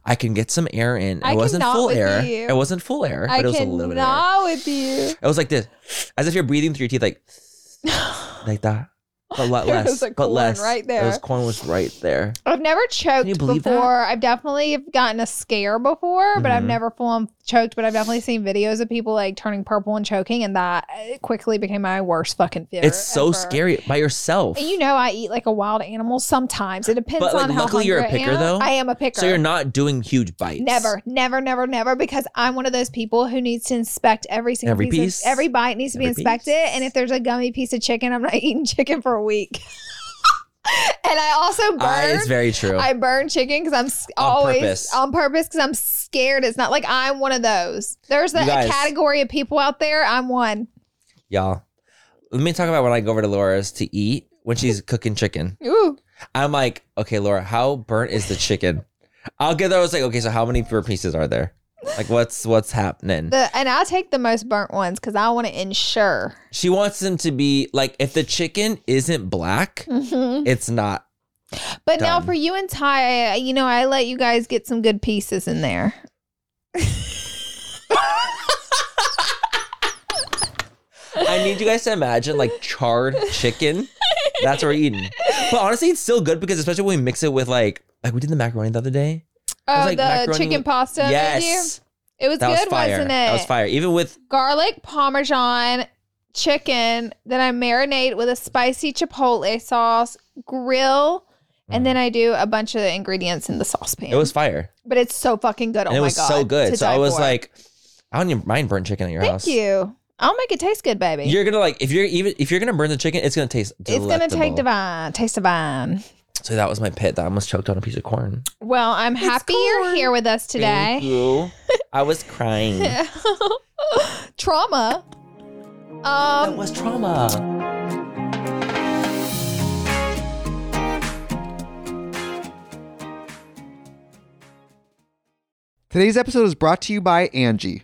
Speaker 1: I can get some air in.
Speaker 2: I
Speaker 1: It wasn't
Speaker 2: cannot
Speaker 1: full
Speaker 2: with
Speaker 1: air.
Speaker 2: you.
Speaker 1: It wasn't full air, but
Speaker 2: I
Speaker 1: it was a little bit of air.
Speaker 2: cannot with you.
Speaker 1: It was like this, as if you're breathing through your teeth, like like that. but a lot
Speaker 2: There
Speaker 1: less.
Speaker 2: was a
Speaker 1: but
Speaker 2: corn
Speaker 1: less.
Speaker 2: right there.
Speaker 1: Those corn was right there.
Speaker 2: I've never choked
Speaker 1: you
Speaker 2: before.
Speaker 1: believe that?
Speaker 2: I've definitely gotten a scare before, but I've
Speaker 1: Mhm.
Speaker 2: never full on choked. But I've definitely seen videos of people like turning purple and choking, and that uh, quickly became my worst fucking fear.
Speaker 1: It's so
Speaker 2: ever.
Speaker 1: scary by yourself.
Speaker 2: And you know, I eat like a wild animal sometimes. It depends
Speaker 1: But, like,
Speaker 2: on how
Speaker 1: luckily you're a
Speaker 2: hungry I
Speaker 1: picker,
Speaker 2: am.
Speaker 1: though.
Speaker 2: I am a picker.
Speaker 1: so you're not doing huge bites.
Speaker 2: Never, never, never, never, because I'm one of those people who needs to inspect every single
Speaker 1: Every
Speaker 2: piece. of-
Speaker 1: piece.
Speaker 2: every bite needs to be
Speaker 1: Every piece.
Speaker 2: inspected. And if there's a gummy piece of chicken, I'm not eating chicken for a week. and I also burn.
Speaker 1: I, it's very true.
Speaker 2: I burn chicken because I'm s-
Speaker 1: On
Speaker 2: always
Speaker 1: purpose.
Speaker 2: on purpose because I'm scared. It's not like I'm one of those. There's a,
Speaker 1: You
Speaker 2: a
Speaker 1: guys-
Speaker 2: category of people out there. I'm one.
Speaker 1: Y'all, let me talk about when I go over to Laura's to eat when she's cooking chicken.
Speaker 2: Ooh,
Speaker 1: I'm like, okay, Laura, how burnt is the chicken? I'll get there. I was like, okay, so how many burnt pieces are there? Like, what's what's happening?
Speaker 2: the and I take the most burnt ones because I want to ensure.
Speaker 1: She wants them to be like, if the chicken isn't black,
Speaker 2: Mhm.
Speaker 1: it's not.
Speaker 2: But now
Speaker 1: Done.
Speaker 2: for you and Ty, you know, I let you guys get some good pieces in there.
Speaker 1: I need you guys to imagine like charred chicken. That's what we're eating. But honestly, it's still good because especially when we mix it with like like we did the macaroni the other day. was
Speaker 2: Oh,
Speaker 1: like
Speaker 2: the
Speaker 1: macaroni
Speaker 2: chicken
Speaker 1: with-
Speaker 2: pasta. I made you?
Speaker 1: yes,
Speaker 2: It was
Speaker 1: that was
Speaker 2: good,
Speaker 1: fire.
Speaker 2: wasn't it?
Speaker 1: That was fire. Even with
Speaker 2: Garlic parmesan chicken that I marinate with a spicy chipotle sauce, grill, and then I do a bunch of ingredients in the saucepan.
Speaker 1: it was fire,
Speaker 2: but it's so fucking good. Oh
Speaker 1: and it
Speaker 2: my
Speaker 1: was
Speaker 2: god,
Speaker 1: so
Speaker 2: to
Speaker 1: good. So
Speaker 2: die
Speaker 1: I was
Speaker 2: for.
Speaker 1: like, I don't even mind burnt chicken at your
Speaker 2: thank
Speaker 1: house.
Speaker 2: you. I'll make it taste good, baby.
Speaker 1: You're gonna like if you're even if you're gonna burn the chicken, it's gonna taste.
Speaker 2: it's
Speaker 1: Delectable.
Speaker 2: gonna take divine, taste divine.
Speaker 1: So that was my pit that I almost choked on a piece of corn.
Speaker 2: Well, I'm happy you're here with us today.
Speaker 1: Thank you. I was crying. that
Speaker 2: trauma. Um,
Speaker 1: was trauma.
Speaker 3: Today's episode is brought to you by Angie.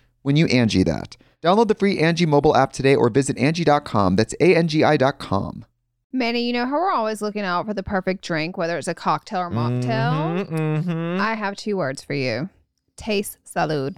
Speaker 3: when you Angie that. Download the free Angie mobile app today or visit Angie.com. That's A N G I.com.
Speaker 2: Manny, you know how we're always looking out for the perfect drink, whether it's a cocktail or mocktail.
Speaker 1: Mhm, mhm.
Speaker 2: I have two words for you: taste salud.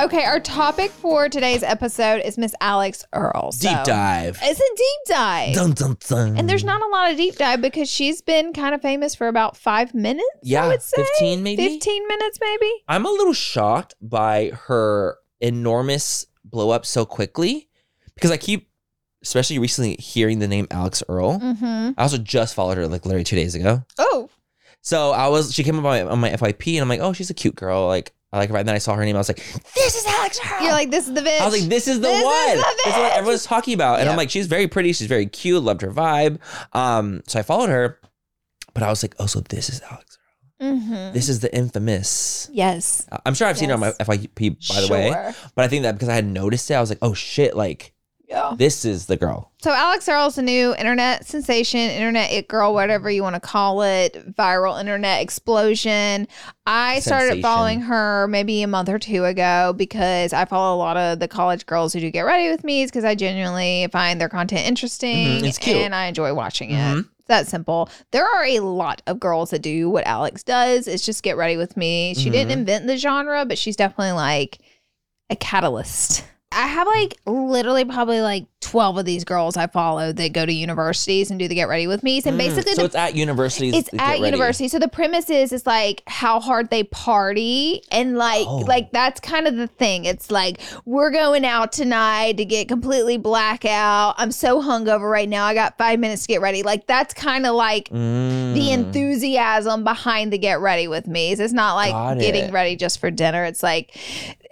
Speaker 2: Okay, our topic for today's episode is Miss Alex Earl. So-
Speaker 1: Deep dive.
Speaker 2: It's a deep dive.
Speaker 1: Dun, dun, dun.
Speaker 2: And there's not a lot of deep dive because she's been kind of famous for about five minutes.
Speaker 1: Yeah,
Speaker 2: I would say
Speaker 1: 15 maybe?
Speaker 2: 15 minutes, maybe.
Speaker 1: I'm a little shocked by her enormous blow up so quickly because I keep, especially recently, hearing the name Alex Earl.
Speaker 2: Mm-hmm.
Speaker 1: I also just followed her like literally two days ago.
Speaker 2: Oh,
Speaker 1: So I was, she came up on my, on my FYP and I'm like, oh, she's a cute girl. Like, I like her. And then I saw her name. I was like, this is Alex Earl.
Speaker 2: you're like, this is the bitch.
Speaker 1: I was like, this is the
Speaker 2: This is
Speaker 1: one.
Speaker 2: the
Speaker 1: this is what
Speaker 2: bitch.
Speaker 1: everyone's talking about. And I'm
Speaker 2: Yeah.
Speaker 1: like, she's very pretty. She's very cute. Loved her vibe. Um, so I followed her, but I was like, oh, so this is Alex.
Speaker 2: mm-hmm.
Speaker 1: This is the infamous.
Speaker 2: yes.
Speaker 1: I- I'm sure I've seen her on my
Speaker 2: Yes.
Speaker 1: FYP, by the way.
Speaker 2: Sure.
Speaker 1: But I think that because I had noticed it, I was like, oh shit, like
Speaker 2: Yeah.
Speaker 1: this is the girl.
Speaker 2: So Alex Earl's a new internet sensation, internet it girl, whatever you want to call it, viral internet explosion. I
Speaker 1: Sensation.
Speaker 2: started following her maybe a month or two ago because I follow a lot of the college girls who do get ready with me's because I genuinely find their content interesting
Speaker 1: Mhm, it's cute.
Speaker 2: and I enjoy watching it.
Speaker 1: Mhm.
Speaker 2: It's that simple. There are a lot of girls that do what Alex does. It's just get ready with me. She
Speaker 1: Mhm.
Speaker 2: didn't invent the genre, but she's definitely like a catalyst. I have like literally probably like 12 of these girls I follow that go to universities and do the get ready with me's. And
Speaker 1: Mm,
Speaker 2: basically,
Speaker 1: so
Speaker 2: the,
Speaker 1: it's at universities.
Speaker 2: it's
Speaker 1: to get
Speaker 2: at
Speaker 1: ready.
Speaker 2: university. So the premise is is like how hard they party and like
Speaker 1: Oh.
Speaker 2: like that's kind of the thing. It's like we're going out tonight to get completely blackout. I'm so hungover right now. I got 5 minutes to get ready. Like that's kind of like
Speaker 1: Mm.
Speaker 2: the enthusiasm behind the get ready with me's. It's not like
Speaker 1: Got
Speaker 2: getting
Speaker 1: it.
Speaker 2: ready just for dinner. It's like,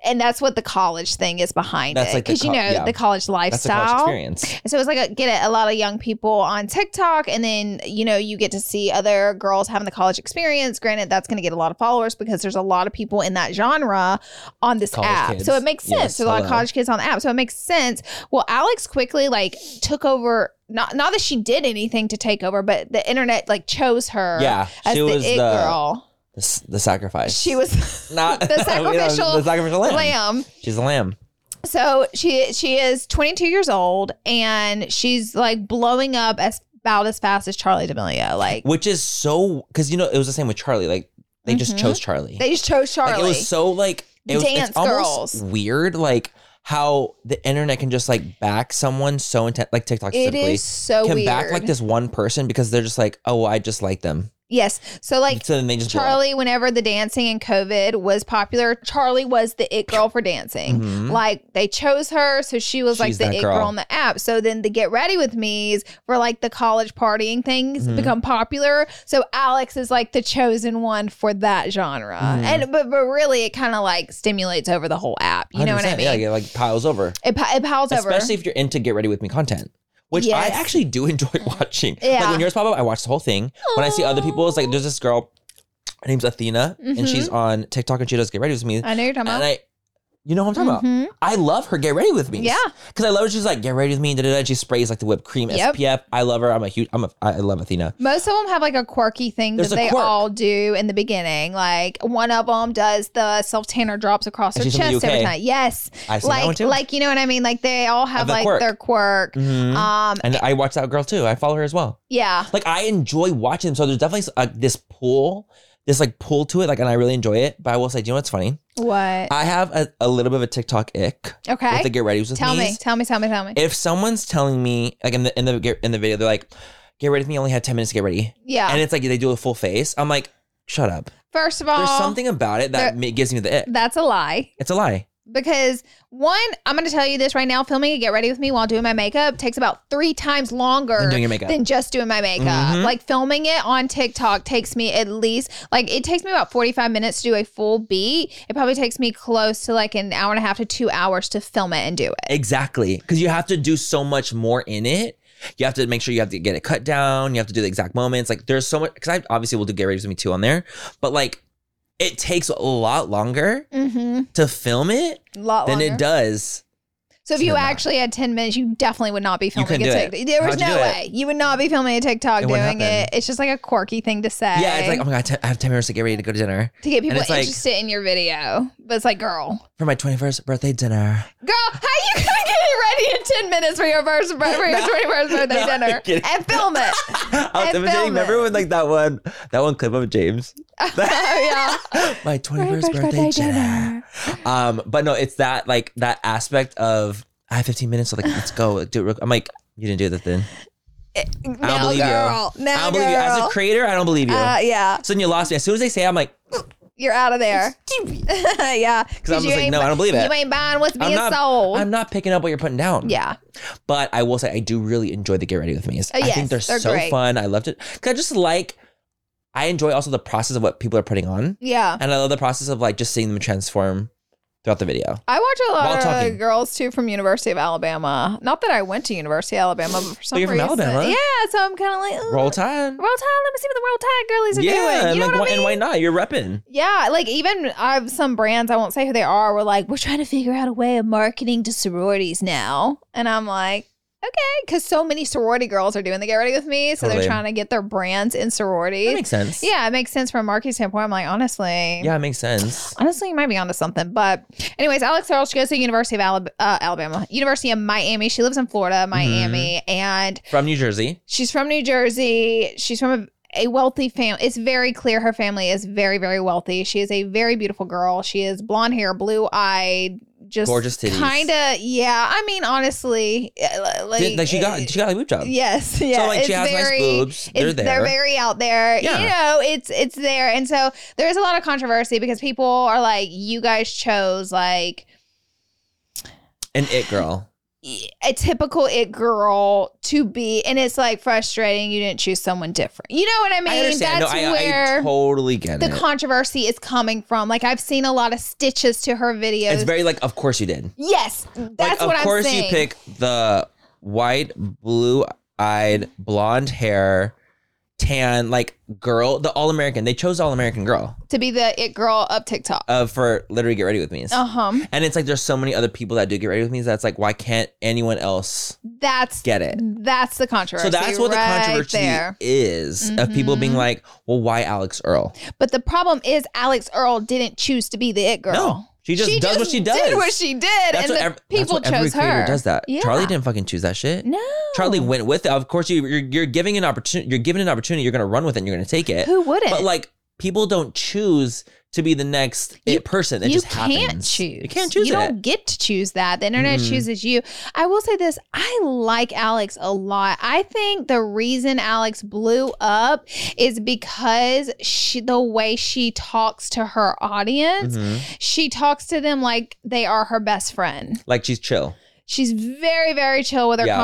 Speaker 2: and that's what the college thing is behind
Speaker 1: That's
Speaker 2: it.
Speaker 1: like the
Speaker 2: Because you
Speaker 1: co-
Speaker 2: know
Speaker 1: yeah.
Speaker 2: the college
Speaker 1: That's a college
Speaker 2: lifestyle.
Speaker 1: experience.
Speaker 2: so it's like a, get it, a lot of young people on TikTok, and then you know you get to see other girls having the college experience. Granted, that's going to get a lot of followers because there's a lot of people in that genre on this
Speaker 1: College
Speaker 2: app,
Speaker 1: kids.
Speaker 2: so it makes sense.
Speaker 1: Yes,
Speaker 2: There's a lot of
Speaker 1: hello.
Speaker 2: college kids on the app, so it makes sense. Well, Alex quickly like took over. Not not that she did anything to take over, but the internet like chose her
Speaker 1: Yeah,
Speaker 2: as
Speaker 1: she
Speaker 2: the
Speaker 1: was
Speaker 2: it
Speaker 1: the,
Speaker 2: girl.
Speaker 1: the s- the sacrifice.
Speaker 2: She was
Speaker 1: not
Speaker 2: the
Speaker 1: you know,
Speaker 2: sacrificial
Speaker 1: the sacrificial lamb.
Speaker 2: lamb.
Speaker 1: She's a lamb.
Speaker 2: So she she is 22 years old and she's like blowing up as about as fast as Charlie D'Amelio. Like
Speaker 1: which is so because you know it was the same with Charlie. Like they just
Speaker 2: Mhm.
Speaker 1: chose Charlie.
Speaker 2: they just chose Charlie.
Speaker 1: Like, it was so like it was
Speaker 2: Dance
Speaker 1: it's almost
Speaker 2: girls.
Speaker 1: weird like how the internet can just like back someone so intent like TikTok
Speaker 2: it
Speaker 1: specifically
Speaker 2: is so
Speaker 1: can
Speaker 2: weird.
Speaker 1: back like this one person because they're just like oh well, I just like them
Speaker 2: Yes. So like
Speaker 1: so then they just blow up.
Speaker 2: Charlie, whenever the dancing and COVID was popular, Charlie was the it girl for dancing.
Speaker 1: Mhm.
Speaker 2: Like they chose her, so she was like
Speaker 1: She's
Speaker 2: the
Speaker 1: that
Speaker 2: it
Speaker 1: girl.
Speaker 2: girl on the app. So then the get ready with me's for like the college partying things
Speaker 1: Mhm.
Speaker 2: become popular. So Alex is like the chosen one for that genre.
Speaker 1: Mhm.
Speaker 2: And but but really it kind of like stimulates over the whole app. You know what I
Speaker 1: 100%.
Speaker 2: mean?
Speaker 1: Yeah, it like piles over.
Speaker 2: It, pi- it piles over.
Speaker 1: Especially if you're into get ready with me content. Which I
Speaker 2: Yes.
Speaker 1: actually do enjoy watching. Like
Speaker 2: Yeah.
Speaker 1: when yours pop up, I watch the whole thing. When I see other
Speaker 2: Aw.
Speaker 1: people, it's like there's this girl, her name's Athena, and she's
Speaker 2: Mm-hmm.
Speaker 1: on TikTok and she does get ready with me.
Speaker 2: I know you're talking
Speaker 1: and
Speaker 2: about.
Speaker 1: I, you know what I'm talking about.
Speaker 2: Mhm.
Speaker 1: I love her. Get ready with me.
Speaker 2: Yeah.
Speaker 1: because I love her. She's like, get ready with me. Da, da, da. and She sprays like the whipped cream
Speaker 2: Yep.
Speaker 1: SPF. I love her. I'm a huge. I'm a. I love Athena.
Speaker 2: Most of them have like a quirky thing
Speaker 1: There's
Speaker 2: that
Speaker 1: a
Speaker 2: they
Speaker 1: quirk.
Speaker 2: all do in the beginning. Like one of them does the self tanner drops across
Speaker 1: And
Speaker 2: her
Speaker 1: she's from the
Speaker 2: chest every
Speaker 1: UK.
Speaker 2: time. Yes,
Speaker 1: I see that one
Speaker 2: like
Speaker 1: too.
Speaker 2: like you know what I mean. Like they all
Speaker 1: Have
Speaker 2: have
Speaker 1: the
Speaker 2: like
Speaker 1: quirk.
Speaker 2: their quirk.
Speaker 1: Mhm.
Speaker 2: Um,
Speaker 1: and I watch that girl too. I follow her as well.
Speaker 2: yeah,
Speaker 1: Like I enjoy watching them. So there's definitely uh, this pull, this like pull to it. Like, and I really enjoy it. But I will say, do you know what's funny?
Speaker 2: what?
Speaker 1: I have a, a little bit of a TikTok ick with
Speaker 2: Okay,
Speaker 1: the get ready with
Speaker 2: tell me,
Speaker 1: me's.
Speaker 2: tell me, tell me, tell me.
Speaker 1: If someone's telling me like in the in the get- in the video, they're like, get ready with me. I only had ten minutes to get ready,
Speaker 2: yeah.
Speaker 1: and it's like they do a full face. I'm like, shut up.
Speaker 2: First of all,
Speaker 1: There's something about it that ma- gives me the ick.
Speaker 2: that's a lie.
Speaker 1: It's a lie.
Speaker 2: because one, I'm going to tell you this right now: filming a get ready with me while doing my makeup takes about three times longer
Speaker 1: Than doing your makeup.
Speaker 2: than just doing my makeup.
Speaker 1: Mhm.
Speaker 2: Like filming it on TikTok takes me at least like it takes me about 45 minutes to do a full beat. It probably takes me close to like an hour and a half to two hours to film it and do it.
Speaker 1: Exactly. Because you have to do so much more in it. You have to make sure you have to get it cut down. You have to do the exact moments. Like there's so much. Because I obviously will do get ready with me too on there, but like it takes a lot longer
Speaker 2: Mm-hmm.
Speaker 1: to film it
Speaker 2: A lot
Speaker 1: than
Speaker 2: longer.
Speaker 1: it does.
Speaker 2: So if you
Speaker 1: Cannot.
Speaker 2: actually had 10 minutes, you definitely would not be filming
Speaker 1: couldn't
Speaker 2: a
Speaker 1: do it.
Speaker 2: TikTok. There
Speaker 1: How'd
Speaker 2: was
Speaker 1: you
Speaker 2: no
Speaker 1: do it?
Speaker 2: way. You would not be filming a TikTok
Speaker 1: It wouldn't
Speaker 2: doing
Speaker 1: happen.
Speaker 2: it. It's just like a quirky thing to say.
Speaker 1: Yeah, it's like oh my god, I have ten minutes to get ready to go to dinner
Speaker 2: to get people
Speaker 1: it's like-
Speaker 2: interested in your video. But it's like, girl,
Speaker 1: for my twenty first birthday dinner.
Speaker 2: Girl, how you gonna get it ready in ten minutes for your first bir- for your 21st birthday
Speaker 1: No, I'm
Speaker 2: dinner
Speaker 1: kidding.
Speaker 2: and film it. Oh,
Speaker 1: I was
Speaker 2: And
Speaker 1: imitating-
Speaker 2: film
Speaker 1: remember
Speaker 2: it.
Speaker 1: when like that one that one clip of James,
Speaker 2: oh yeah.
Speaker 1: my twenty first birthday, dinner. Um, but no, it's that like that aspect of I have fifteen minutes, so like let's go like, do it. Real- I'm like you didn't do that then. I don't
Speaker 2: Now,
Speaker 1: believe
Speaker 2: girl.
Speaker 1: you.
Speaker 2: Now,
Speaker 1: I don't believe you. As a
Speaker 2: girl.
Speaker 1: creator, I don't believe you.
Speaker 2: Uh, yeah,
Speaker 1: so then you lost me. As soon as they say, I'm like,
Speaker 2: you're out of there. yeah,
Speaker 1: because I'm
Speaker 2: you
Speaker 1: just like,
Speaker 2: ain't
Speaker 1: no,
Speaker 2: bu-
Speaker 1: I don't believe it.
Speaker 2: You ain't buying what's
Speaker 1: I'm
Speaker 2: being
Speaker 1: not.
Speaker 2: sold.
Speaker 1: I'm not picking up what you're putting down.
Speaker 2: yeah,
Speaker 1: But I will say, I do really enjoy the get ready with me's.
Speaker 2: Oh,
Speaker 1: I
Speaker 2: yes,
Speaker 1: think they're,
Speaker 2: they're
Speaker 1: so
Speaker 2: great.
Speaker 1: fun. I loved it because I just like. I enjoy also the process of what people are putting on,
Speaker 2: yeah.
Speaker 1: and I love the process of like just seeing them transform throughout the video.
Speaker 2: I watch a
Speaker 1: While
Speaker 2: lot
Speaker 1: talking.
Speaker 2: of girls too from University of Alabama. Not that I went to University of Alabama, but for some
Speaker 1: Oh, you're from
Speaker 2: reason,
Speaker 1: Alabama.
Speaker 2: yeah. So I'm kind of like, Ooh,
Speaker 1: Roll Tide.
Speaker 2: roll tide. Let me see what the roll tide girlies are
Speaker 1: Yeah,
Speaker 2: doing.
Speaker 1: and
Speaker 2: You know
Speaker 1: like,
Speaker 2: what
Speaker 1: why,
Speaker 2: I mean?
Speaker 1: and why not? You're repping.
Speaker 2: Yeah, like even I've some brands I won't say who they are. We're like, we're trying to figure out a way of marketing to sororities now, and I'm like, okay, because so many sorority girls are doing the get ready with me, so
Speaker 1: Totally.
Speaker 2: they're trying to get their brands in
Speaker 1: That
Speaker 2: sororities.
Speaker 1: makes sense.
Speaker 2: yeah, it makes sense from a marketing standpoint. I'm like, honestly,
Speaker 1: yeah, it makes sense.
Speaker 2: Honestly, you might be onto something. But, anyways, Alex Earl, she goes to University of Alab- uh, Alabama, University of Miami. She lives in
Speaker 1: Mm-hmm.
Speaker 2: Florida, Miami, and
Speaker 1: From New Jersey.
Speaker 2: she's from New Jersey. She's from a, a wealthy family. It's very clear her family is very, very wealthy. She is a very beautiful girl. She is blonde hair, blue eyed, just
Speaker 1: Gorgeous titties.
Speaker 2: Kind of, yeah. I mean, honestly, uh, like,
Speaker 1: Did- like she got, she got a boob job.
Speaker 2: Yes, yeah.
Speaker 1: so like she
Speaker 2: it's
Speaker 1: has
Speaker 2: very-
Speaker 1: nice boobs. They're
Speaker 2: it's-
Speaker 1: there.
Speaker 2: very out there.
Speaker 1: Yeah.
Speaker 2: You know, it's it's there. And so there is a lot of controversy because people are like, you guys chose like
Speaker 1: An it girl.
Speaker 2: a typical it girl to be, and it's like frustrating. You didn't choose someone different. You know what I mean?
Speaker 1: I understand.
Speaker 2: That's
Speaker 1: no, I,
Speaker 2: where.
Speaker 1: I totally get
Speaker 2: the
Speaker 1: it.
Speaker 2: controversy is coming from. Like I've seen a lot of stitches to her videos.
Speaker 1: it's very like, of course you did.
Speaker 2: yes, that's
Speaker 1: like, of
Speaker 2: what I'm
Speaker 1: course
Speaker 2: saying.
Speaker 1: you pick the white, blue-eyed, blonde hair, tan, like girl, the all-American. They chose all-American girl
Speaker 2: to be the it girl of TikTok.
Speaker 1: uh, for literally get ready with me.
Speaker 2: Uh huh.
Speaker 1: And it's like there's so many other people that do get ready with me. That's like why can't anyone else
Speaker 2: That's
Speaker 1: get it?
Speaker 2: that's the
Speaker 1: So
Speaker 2: controversy.
Speaker 1: that's what
Speaker 2: right
Speaker 1: the controversy
Speaker 2: there. Mm-hmm.
Speaker 1: is of people being like, well, why Alex Earl?
Speaker 2: But the problem is Alex Earl didn't choose to be the it girl.
Speaker 1: No, she just does what she does.
Speaker 2: Did what she did,
Speaker 1: That's
Speaker 2: and
Speaker 1: what,
Speaker 2: the
Speaker 1: ev-
Speaker 2: people
Speaker 1: that's what every
Speaker 2: chose
Speaker 1: creator
Speaker 2: her.
Speaker 1: does that.
Speaker 2: Yeah.
Speaker 1: Charlie didn't fucking choose that shit.
Speaker 2: No,
Speaker 1: Charlie went with it. Of course, you, you're you're giving an opportunity. You're given an opportunity. You're gonna run with it. and You're gonna take it.
Speaker 2: Who wouldn't?
Speaker 1: But like people don't choose to be the next
Speaker 2: You-
Speaker 1: it person. It
Speaker 2: you
Speaker 1: just
Speaker 2: can't
Speaker 1: happens.
Speaker 2: choose.
Speaker 1: You can't choose
Speaker 2: You
Speaker 1: it. Mm-hmm.
Speaker 2: don't get to choose that. The internet
Speaker 1: Mm-mm.
Speaker 2: chooses you. I will say this: I like Alex a lot. I think the reason Alex blew up is because she, the way she talks to her audience,
Speaker 1: Mhm.
Speaker 2: she talks to them like they are her best friend.
Speaker 1: Like she's chill.
Speaker 2: She's very, very chill with her
Speaker 1: Yeah.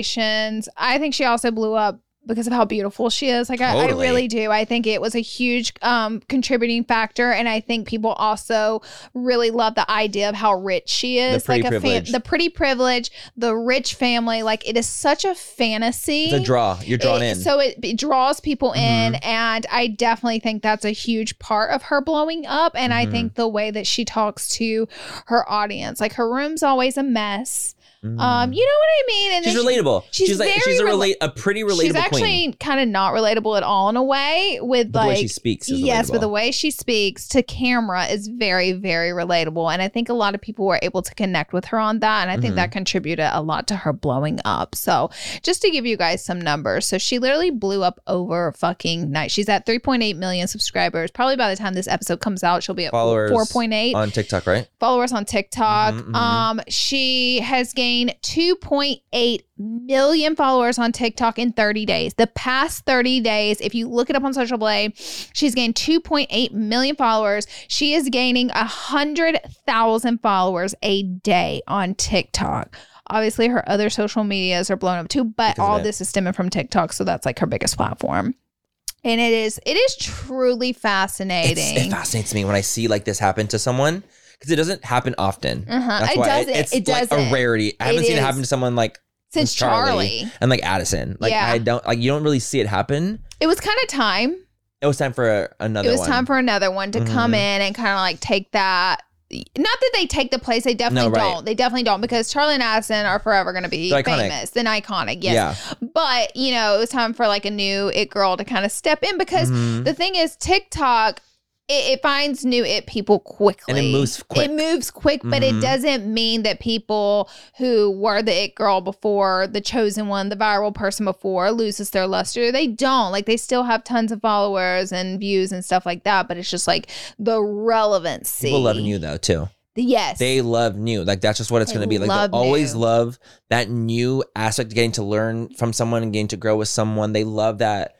Speaker 2: conversations. I think she also blew up because of how beautiful she is. Like I, I
Speaker 1: Totally.
Speaker 2: really do. I think it was a huge um, contributing factor, and I think people also really love the idea of how rich she is.
Speaker 1: pretty
Speaker 2: like a
Speaker 1: privilege.
Speaker 2: the pretty privilege, the rich family. Like it is such a fantasy.
Speaker 1: It's a draw. You're drawn
Speaker 2: It-
Speaker 1: in. Mm-hmm.
Speaker 2: So it, it draws people in, and I definitely think that's a huge part of her blowing up. And I
Speaker 1: Mhm.
Speaker 2: think the way that she talks to her audience, like her room's always a mess.
Speaker 1: Mm.
Speaker 2: Um, you know what I mean? And
Speaker 1: she's
Speaker 2: then she-
Speaker 1: relatable.
Speaker 2: she's
Speaker 1: She's, like
Speaker 2: very
Speaker 1: she's a
Speaker 2: rela-
Speaker 1: relate a pretty relatable
Speaker 2: she's
Speaker 1: queen.
Speaker 2: actually kind of not relatable at all in a way. With
Speaker 1: The
Speaker 2: like
Speaker 1: way she speaks. Is
Speaker 2: yes, but
Speaker 1: relatable.
Speaker 2: the way she speaks to camera is very, very relatable. And I think a lot of people were able to connect with her on that. And I think
Speaker 1: Mhm.
Speaker 2: that contributed a lot to her blowing up. So just to give you guys some numbers. So she literally blew up over fucking night. She's at 3.8 million subscribers. Probably by the time this episode comes out, she'll be at
Speaker 1: Followers
Speaker 2: 4.8
Speaker 1: on TikTok, right?
Speaker 2: followers on TikTok.
Speaker 1: Mhm, mhm.
Speaker 2: Um, she has gained 2.8 million followers on TikTok in 30 days. The past 30 days, if you look it up on Social Blade, she's gained 2.8 million followers. She is gaining 100,000 followers a day on TikTok. Obviously, her other social medias are blown up too, but
Speaker 1: Because of
Speaker 2: all
Speaker 1: it.
Speaker 2: this is stemming from TikTok, so that's like her biggest platform. And it is it is truly fascinating.
Speaker 1: It's- it fascinates me when I see like this happen to someone because it doesn't happen often.
Speaker 2: uh-huh.
Speaker 1: That's
Speaker 2: It
Speaker 1: why
Speaker 2: doesn't.
Speaker 1: it's
Speaker 2: it
Speaker 1: like
Speaker 2: doesn't.
Speaker 1: a rarity. I haven't
Speaker 2: It
Speaker 1: seen it
Speaker 2: is.
Speaker 1: happen to someone like
Speaker 2: since
Speaker 1: Charlie.
Speaker 2: Charlie.
Speaker 1: and like Addison. Like
Speaker 2: Yeah.
Speaker 1: I don't like you don't really see it happen.
Speaker 2: It was kind of time.
Speaker 1: It was time for a, another.
Speaker 2: it was
Speaker 1: one.
Speaker 2: time for another one to come
Speaker 1: Mhm.
Speaker 2: in and kind of like take that. Not that they take the place, they definitely
Speaker 1: No, right.
Speaker 2: don't. They definitely don't because Charlie and Addison are forever going to be
Speaker 1: They're iconic.
Speaker 2: famous and iconic. Yes. But, you know, it was time for like a new it girl to kind of step in
Speaker 1: Yeah.
Speaker 2: because
Speaker 1: Mhm.
Speaker 2: the thing is, TikTok it, it finds new it people quickly.
Speaker 1: And it moves quick.
Speaker 2: It moves quick, but
Speaker 1: Mhm.
Speaker 2: it doesn't mean that people who were the it girl before, the chosen one, the viral person before, loses their luster. They don't. Like they still have tons of followers and views and stuff like that. But it's just like the relevancy.
Speaker 1: People love new though too.
Speaker 2: Yes.
Speaker 1: They love new. Like that's just what it's
Speaker 2: They
Speaker 1: going to be. Like
Speaker 2: love
Speaker 1: they'll always
Speaker 2: new.
Speaker 1: love that new aspect of getting to learn from someone and getting to grow with someone. They love that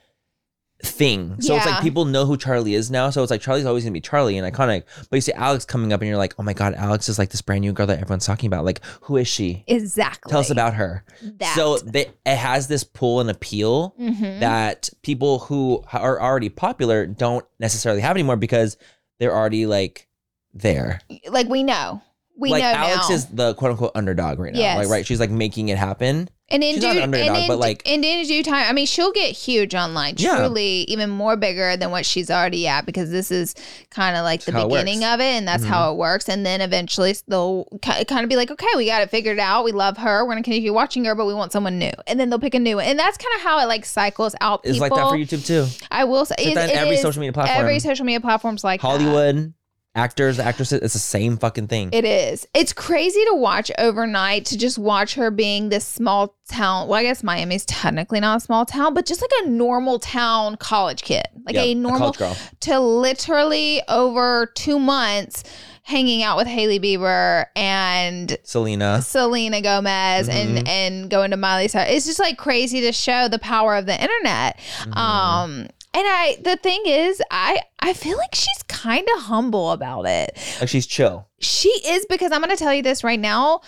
Speaker 1: thing. So it's
Speaker 2: Yeah.
Speaker 1: like people know who Charlie is now. So it's like Charlie's always going to be Charlie and iconic. But you see Alex coming up and you're like, "Oh my god, Alex is like this brand new girl that everyone's talking about. Like who is she?
Speaker 2: exactly.
Speaker 1: Tell us about her."
Speaker 2: that.
Speaker 1: So they, it has this pull and appeal
Speaker 2: Mhm.
Speaker 1: that people who are already popular don't necessarily have anymore because they're already like there.
Speaker 2: like we know. We
Speaker 1: like
Speaker 2: know
Speaker 1: Alex
Speaker 2: now.
Speaker 1: is the quote unquote underdog right now.
Speaker 2: Yes.
Speaker 1: Like right, she's like making it happen.
Speaker 2: And in
Speaker 1: She's
Speaker 2: due,
Speaker 1: not an underdog,
Speaker 2: and in,
Speaker 1: but, like-
Speaker 2: and in due time, I mean, she'll get huge online.
Speaker 1: Yeah.
Speaker 2: Truly, even more bigger than what she's already at because this is kind of like
Speaker 1: That's
Speaker 2: the
Speaker 1: how it
Speaker 2: beginning
Speaker 1: works.
Speaker 2: of it, and that's
Speaker 1: Mhm.
Speaker 2: how it works. And then eventually they'll kind of be like, okay, we got it figured out. We love her. We're gonna continue watching her, but we want someone new. And then they'll pick a new one, and that's kind of how it like cycles out.
Speaker 1: It's
Speaker 2: People.
Speaker 1: like that for YouTube too.
Speaker 2: I will say,
Speaker 1: It's
Speaker 2: it-
Speaker 1: that in
Speaker 2: it
Speaker 1: every
Speaker 2: is-
Speaker 1: social media platform.
Speaker 2: Every social media platform's like that.
Speaker 1: Hollywood actors, actresses, it's the same fucking thing.
Speaker 2: It is. It's crazy to watch overnight to just watch her being this small town. Well, I guess Miami's technically not a small town, but just like a normal town college kid, like
Speaker 1: Yep,
Speaker 2: a normal
Speaker 1: college girl.
Speaker 2: to literally over two months hanging out with Haley Bieber and
Speaker 1: Selena.
Speaker 2: Selena Gomez
Speaker 1: Mhm.
Speaker 2: and and going to Miley Cyrus. It's just like crazy to show the power of the internet.
Speaker 1: Mm-hmm.
Speaker 2: Um and I the thing is I I feel like she's kind of humble about it.
Speaker 1: Like she's chill.
Speaker 2: She is because I'm going to tell you this right now.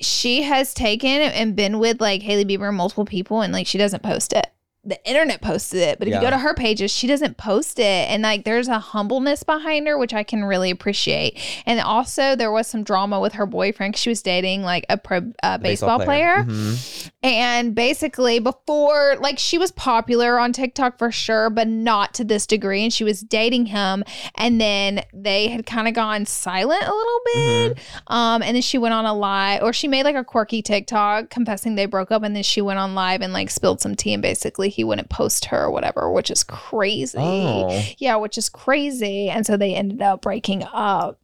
Speaker 2: She has taken and been with like Haley Bieber and multiple people, and like she doesn't post it. The internet posted it, but if you
Speaker 1: Yeah.
Speaker 2: go to her pages, she doesn't post it. And like there's a humbleness behind her, which I can really appreciate. And also, there was some drama with her boyfriend. 'cause She was dating like a pro uh, baseball, player.
Speaker 1: Mhm.
Speaker 2: And basically, before, like, she was popular on TikTok for sure, but not to this degree. And she was dating him. And then they had kind of gone silent a little
Speaker 1: Mm-hmm.
Speaker 2: bit. Um, and then she went on a live, or she made like a quirky TikTok confessing they broke up. And then she went on live and like spilled some tea. And basically, he wouldn't post her or whatever, which is crazy.
Speaker 1: Oh.
Speaker 2: Yeah, which is crazy. And so they ended up breaking up.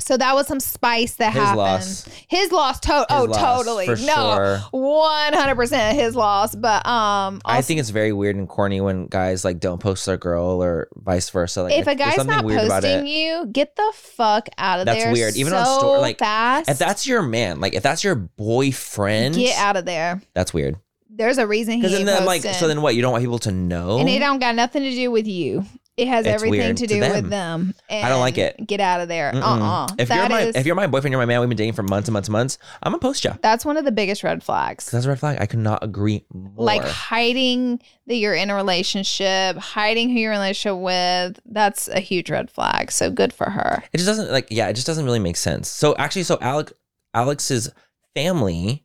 Speaker 2: So that was some spice that
Speaker 1: His
Speaker 2: happened.
Speaker 1: loss.
Speaker 2: His loss. To- oh,
Speaker 1: His loss,
Speaker 2: totally.
Speaker 1: For
Speaker 2: No,
Speaker 1: sure.
Speaker 2: one hundred percent his loss. But um,
Speaker 1: I
Speaker 2: also-
Speaker 1: think it's very weird and corny when guys like don't post their girl or vice versa. Like
Speaker 2: if a
Speaker 1: there's
Speaker 2: guy's
Speaker 1: something
Speaker 2: not
Speaker 1: weird about it.
Speaker 2: posting you, get the fuck out of
Speaker 1: That's
Speaker 2: there.
Speaker 1: weird. Even
Speaker 2: so
Speaker 1: on store- like,
Speaker 2: fast.
Speaker 1: If that's your man, like if that's your boyfriend,
Speaker 2: get out of there.
Speaker 1: that's weird.
Speaker 2: There's a reason he
Speaker 1: Because then,
Speaker 2: ain't
Speaker 1: then like,
Speaker 2: posting.
Speaker 1: so then what? You don't want people to know?
Speaker 2: and it don't got nothing to do with you. It has
Speaker 1: It's
Speaker 2: everything
Speaker 1: weird
Speaker 2: to
Speaker 1: to
Speaker 2: do
Speaker 1: them.
Speaker 2: with them.
Speaker 1: I don't like
Speaker 2: And Get out of there. Uh
Speaker 1: Mm-mm.
Speaker 2: uh
Speaker 1: If you're my if you're my boyfriend, you're my man. We've been dating for months and months and months. I'm gonna post you.
Speaker 2: that's one of the biggest red flags.
Speaker 1: That's a red flag. I could not agree more.
Speaker 2: like hiding that you're in a relationship, hiding who you're in a relationship with, that's a huge red flag. So good for her.
Speaker 1: it just doesn't like yeah. It just doesn't really make sense. So actually, so Alec Alex's family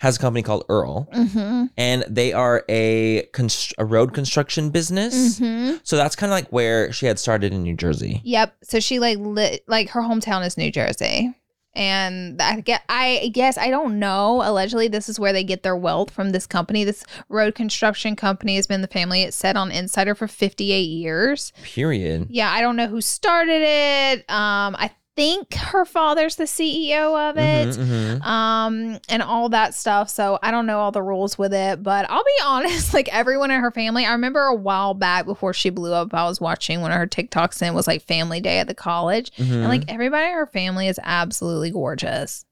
Speaker 1: has a company called Earl,
Speaker 2: Mm-hmm.
Speaker 1: and they are a const- a road construction business.
Speaker 2: Mm-hmm.
Speaker 1: So that's kind of like where she had started in New Jersey.
Speaker 2: Yep. So she like lit, like her hometown is New Jersey. And I get I guess I don't know. Allegedly, this is where they get their wealth from this company. This road construction company has been in the family. It said on Insider for 58 years.
Speaker 1: Period.
Speaker 2: Yeah, I don't know who started it. Um, I think her father's the CEO of it.
Speaker 1: Mhm, mhm.
Speaker 2: um and all that stuff so i don't know all the rules with it but i'll be honest like everyone in her family i remember a while back before she blew up i was watching one of her tiktoks and it was like family day at the college
Speaker 1: Mhm.
Speaker 2: and like everybody in her family is absolutely gorgeous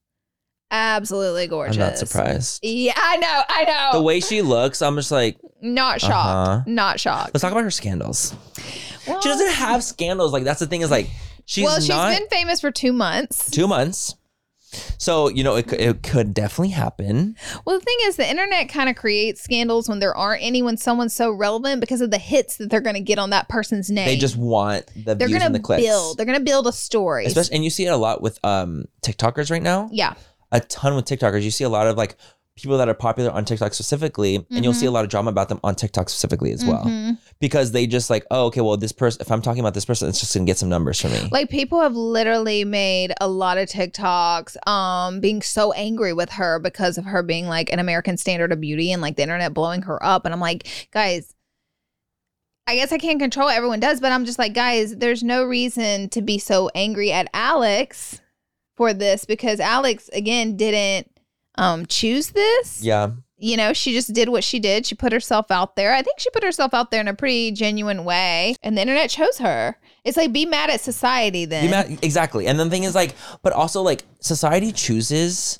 Speaker 2: absolutely gorgeous Oh.
Speaker 1: I'm not surprised.
Speaker 2: yeah i know i know
Speaker 1: The way she looks, I'm just like,
Speaker 2: not shocked
Speaker 1: Uh-huh.
Speaker 2: not shocked
Speaker 1: let's talk about her scandals.
Speaker 2: well,
Speaker 1: She doesn't have scandals. Like that's the thing is like she's
Speaker 2: well she's
Speaker 1: not
Speaker 2: been famous for two months
Speaker 1: two months. So you know it, c- it could definitely happen.
Speaker 2: Well, the thing is, the internet kind of creates scandals when there aren't any, when someone's so relevant because of the hits that they're going to get on that person's name.
Speaker 1: They just want the
Speaker 2: they're
Speaker 1: views
Speaker 2: going
Speaker 1: and
Speaker 2: to
Speaker 1: the clicks.
Speaker 2: build. They're going to build a story.
Speaker 1: Especially, and you see it a lot with um TikTokers right now.
Speaker 2: yeah,
Speaker 1: A ton with TikTokers. You see a lot of like people that are popular on TikTok specifically, and
Speaker 2: Mm-hmm.
Speaker 1: you'll see a lot of drama about them on TikTok specifically as well,
Speaker 2: Mhm.
Speaker 1: because they just like, oh, okay, well, this person. If I'm talking about this person, it's just gonna get some numbers for me.
Speaker 2: Like people have literally made a lot of TikToks, um, being so angry with her because of her being like an American standard of beauty and like the internet blowing her up. And I'm like, guys. I guess I can't control what everyone does, but I'm just like, guys, there's no reason to be so angry at Alex for this because Alex again didn't um choose this.
Speaker 1: Yeah.
Speaker 2: You know, she just did what she did. She put herself out there. I think she put herself out there in a pretty genuine way, and the internet chose her. It's like be mad at society then.
Speaker 1: You ma- exactly. And the thing is, like, but also, like, society chooses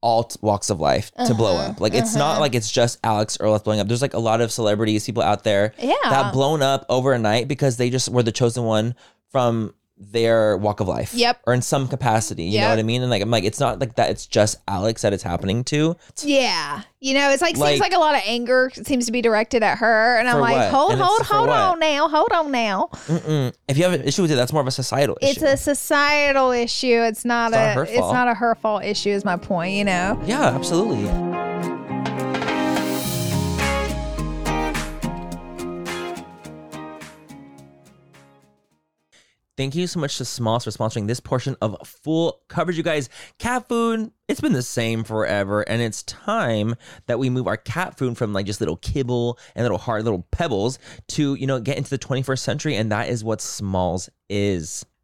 Speaker 1: all t- walks of life to blow
Speaker 2: Uh-huh,
Speaker 1: up. Like, it's
Speaker 2: uh-huh.
Speaker 1: not like it's just Alex Earl blowing up. There's like a lot of celebrities, people out there
Speaker 2: yeah.
Speaker 1: that blown up overnight because they just were the chosen one from their walk of life.
Speaker 2: Yep.
Speaker 1: Or in some capacity. You know
Speaker 2: Yep.
Speaker 1: what I mean? And like, I'm like, it's not like that. It's just Alex that it's happening to.
Speaker 2: Yeah. You know, it's like,
Speaker 1: Like-
Speaker 2: seems like a lot of anger seems to be directed at her. And I'm
Speaker 1: For
Speaker 2: like,
Speaker 1: what?
Speaker 2: hold,
Speaker 1: And it's
Speaker 2: hold,
Speaker 1: for
Speaker 2: hold
Speaker 1: what?
Speaker 2: on now. Hold on now.
Speaker 1: Mm-mm. If you have an issue with it, that's more of a societal
Speaker 2: It's
Speaker 1: issue.
Speaker 2: a societal issue. It's not
Speaker 1: It's not
Speaker 2: a
Speaker 1: her
Speaker 2: it's
Speaker 1: fault.
Speaker 2: not a her fault issue is my point, you know.
Speaker 1: yeah, absolutely. Thank you so much to Smalls for sponsoring this portion of full coverage. You guys, cat food, it's been the same forever. And it's time that we move our cat food from like just little kibble and little hard little pebbles to, you know, get into the 21st century. And that is what Smalls is.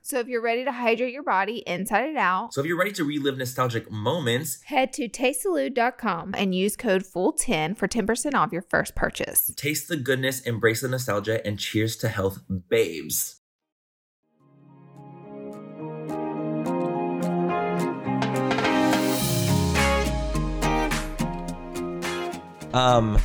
Speaker 5: So if you're ready to hydrate your body inside and out,
Speaker 6: So if you're ready to relive nostalgic moments,
Speaker 5: head to tastesalud.com and use code FULL10 for 10% off your first purchase.
Speaker 6: taste the goodness, embrace the nostalgia, and cheers to health, babes.
Speaker 1: Um,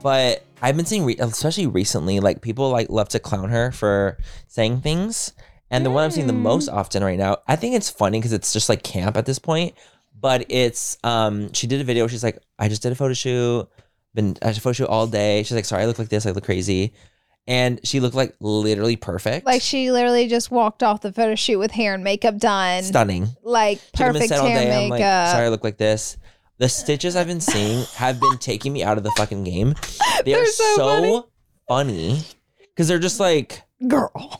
Speaker 1: but I've been seeing, re- especially recently, like people like love to clown her for saying things. And the one I'm seeing the most
Speaker 2: Mm.
Speaker 1: often right now, I think it's funny because it's just like camp at this point. But it's um, she did a video. She's like, I just did a photo shoot. Been I did a photo shoot all day. She's like, sorry, I look like this. I look crazy. And she looked like literally perfect,
Speaker 2: Like she literally just walked off the photo shoot with hair and makeup done.
Speaker 1: stunning.
Speaker 2: Like
Speaker 1: She could've been
Speaker 2: perfect
Speaker 1: sad all
Speaker 2: hair
Speaker 1: day. I'm
Speaker 2: makeup.
Speaker 1: like, sorry, I look like this. The stitches I've been seeing have been taking me out of the fucking game. They are
Speaker 2: They're so
Speaker 1: so funny because they're just like,
Speaker 2: Girl.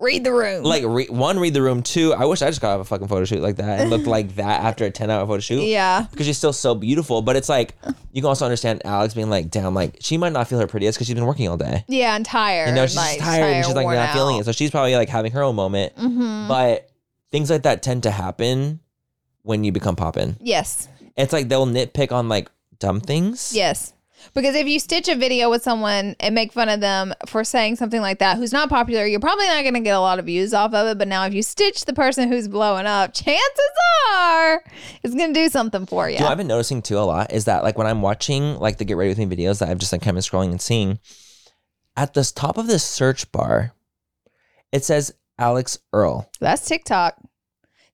Speaker 2: Read the room.
Speaker 1: Mm-hmm. like re- one read the room. Two, I wish I just got out of a fucking photo shoot like that and looked like that after a ten hour photo shoot.
Speaker 2: Yeah.
Speaker 1: Because she's still so beautiful, but it's like you can also understand Alex being like, "Damn, like she might not feel her prettiest because she's been working all day.
Speaker 2: Yeah, and tired.
Speaker 1: You know, she's
Speaker 2: like,
Speaker 1: tired and she's like not feeling it. So she's probably like having her own moment.
Speaker 2: Mm-hmm.
Speaker 1: But things like that tend to happen when you become poppin.
Speaker 2: Yes.
Speaker 1: It's like they'll nitpick on like dumb things.
Speaker 2: Yes. Because if you stitch a video with someone and make fun of them for saying something like that who's not popular, you're probably not going to get a lot of views off of it. But now, if you stitch the person who's blowing up, chances are it's going to do something for you.
Speaker 1: You know, I've been noticing too a lot is that like when I'm watching like the Get Ready With Me videos that I've just like kind of scrolling and seeing, at the top of the search bar, it says Alex Earl.
Speaker 2: That's TikTok.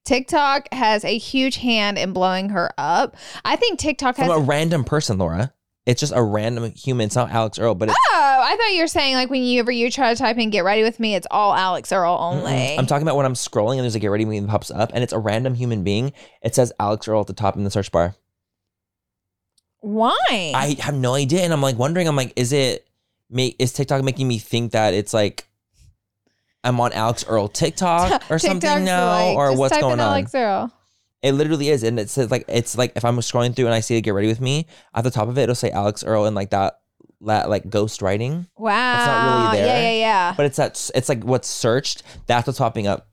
Speaker 2: TikTok has a huge hand in blowing her up. I think TikTok has.
Speaker 1: From a random person, Laura. It's just a random human. It's not Alex Earl, but it's
Speaker 2: oh, I thought you were saying like when you ever you try to type in "get ready with me," it's all Alex Earl only.
Speaker 1: Mm-mm. I'm talking about when I'm scrolling and there's a get ready me that pops up and it's a random human being. It says Alex Earl at the top in the search bar.
Speaker 2: Why?
Speaker 1: I have no idea, and I'm like wondering. I'm like, is it me? Is TikTok making me think that it's like I'm on Alex Earl TikTok or something
Speaker 2: TikTok's
Speaker 1: now,
Speaker 2: like,
Speaker 1: or
Speaker 2: just
Speaker 1: what's
Speaker 2: type
Speaker 1: going
Speaker 2: in
Speaker 1: on?
Speaker 2: Alex Earl.
Speaker 1: It literally is, and it says like it's like if I'm scrolling through and I see the get ready with me at the top of it, it'll say Alex Earl and like that, that like ghost writing,
Speaker 2: Wow.
Speaker 1: not really
Speaker 2: Yeah,
Speaker 1: there.
Speaker 2: yeah, yeah.
Speaker 1: but it's that it's like what's searched. That's what's popping up.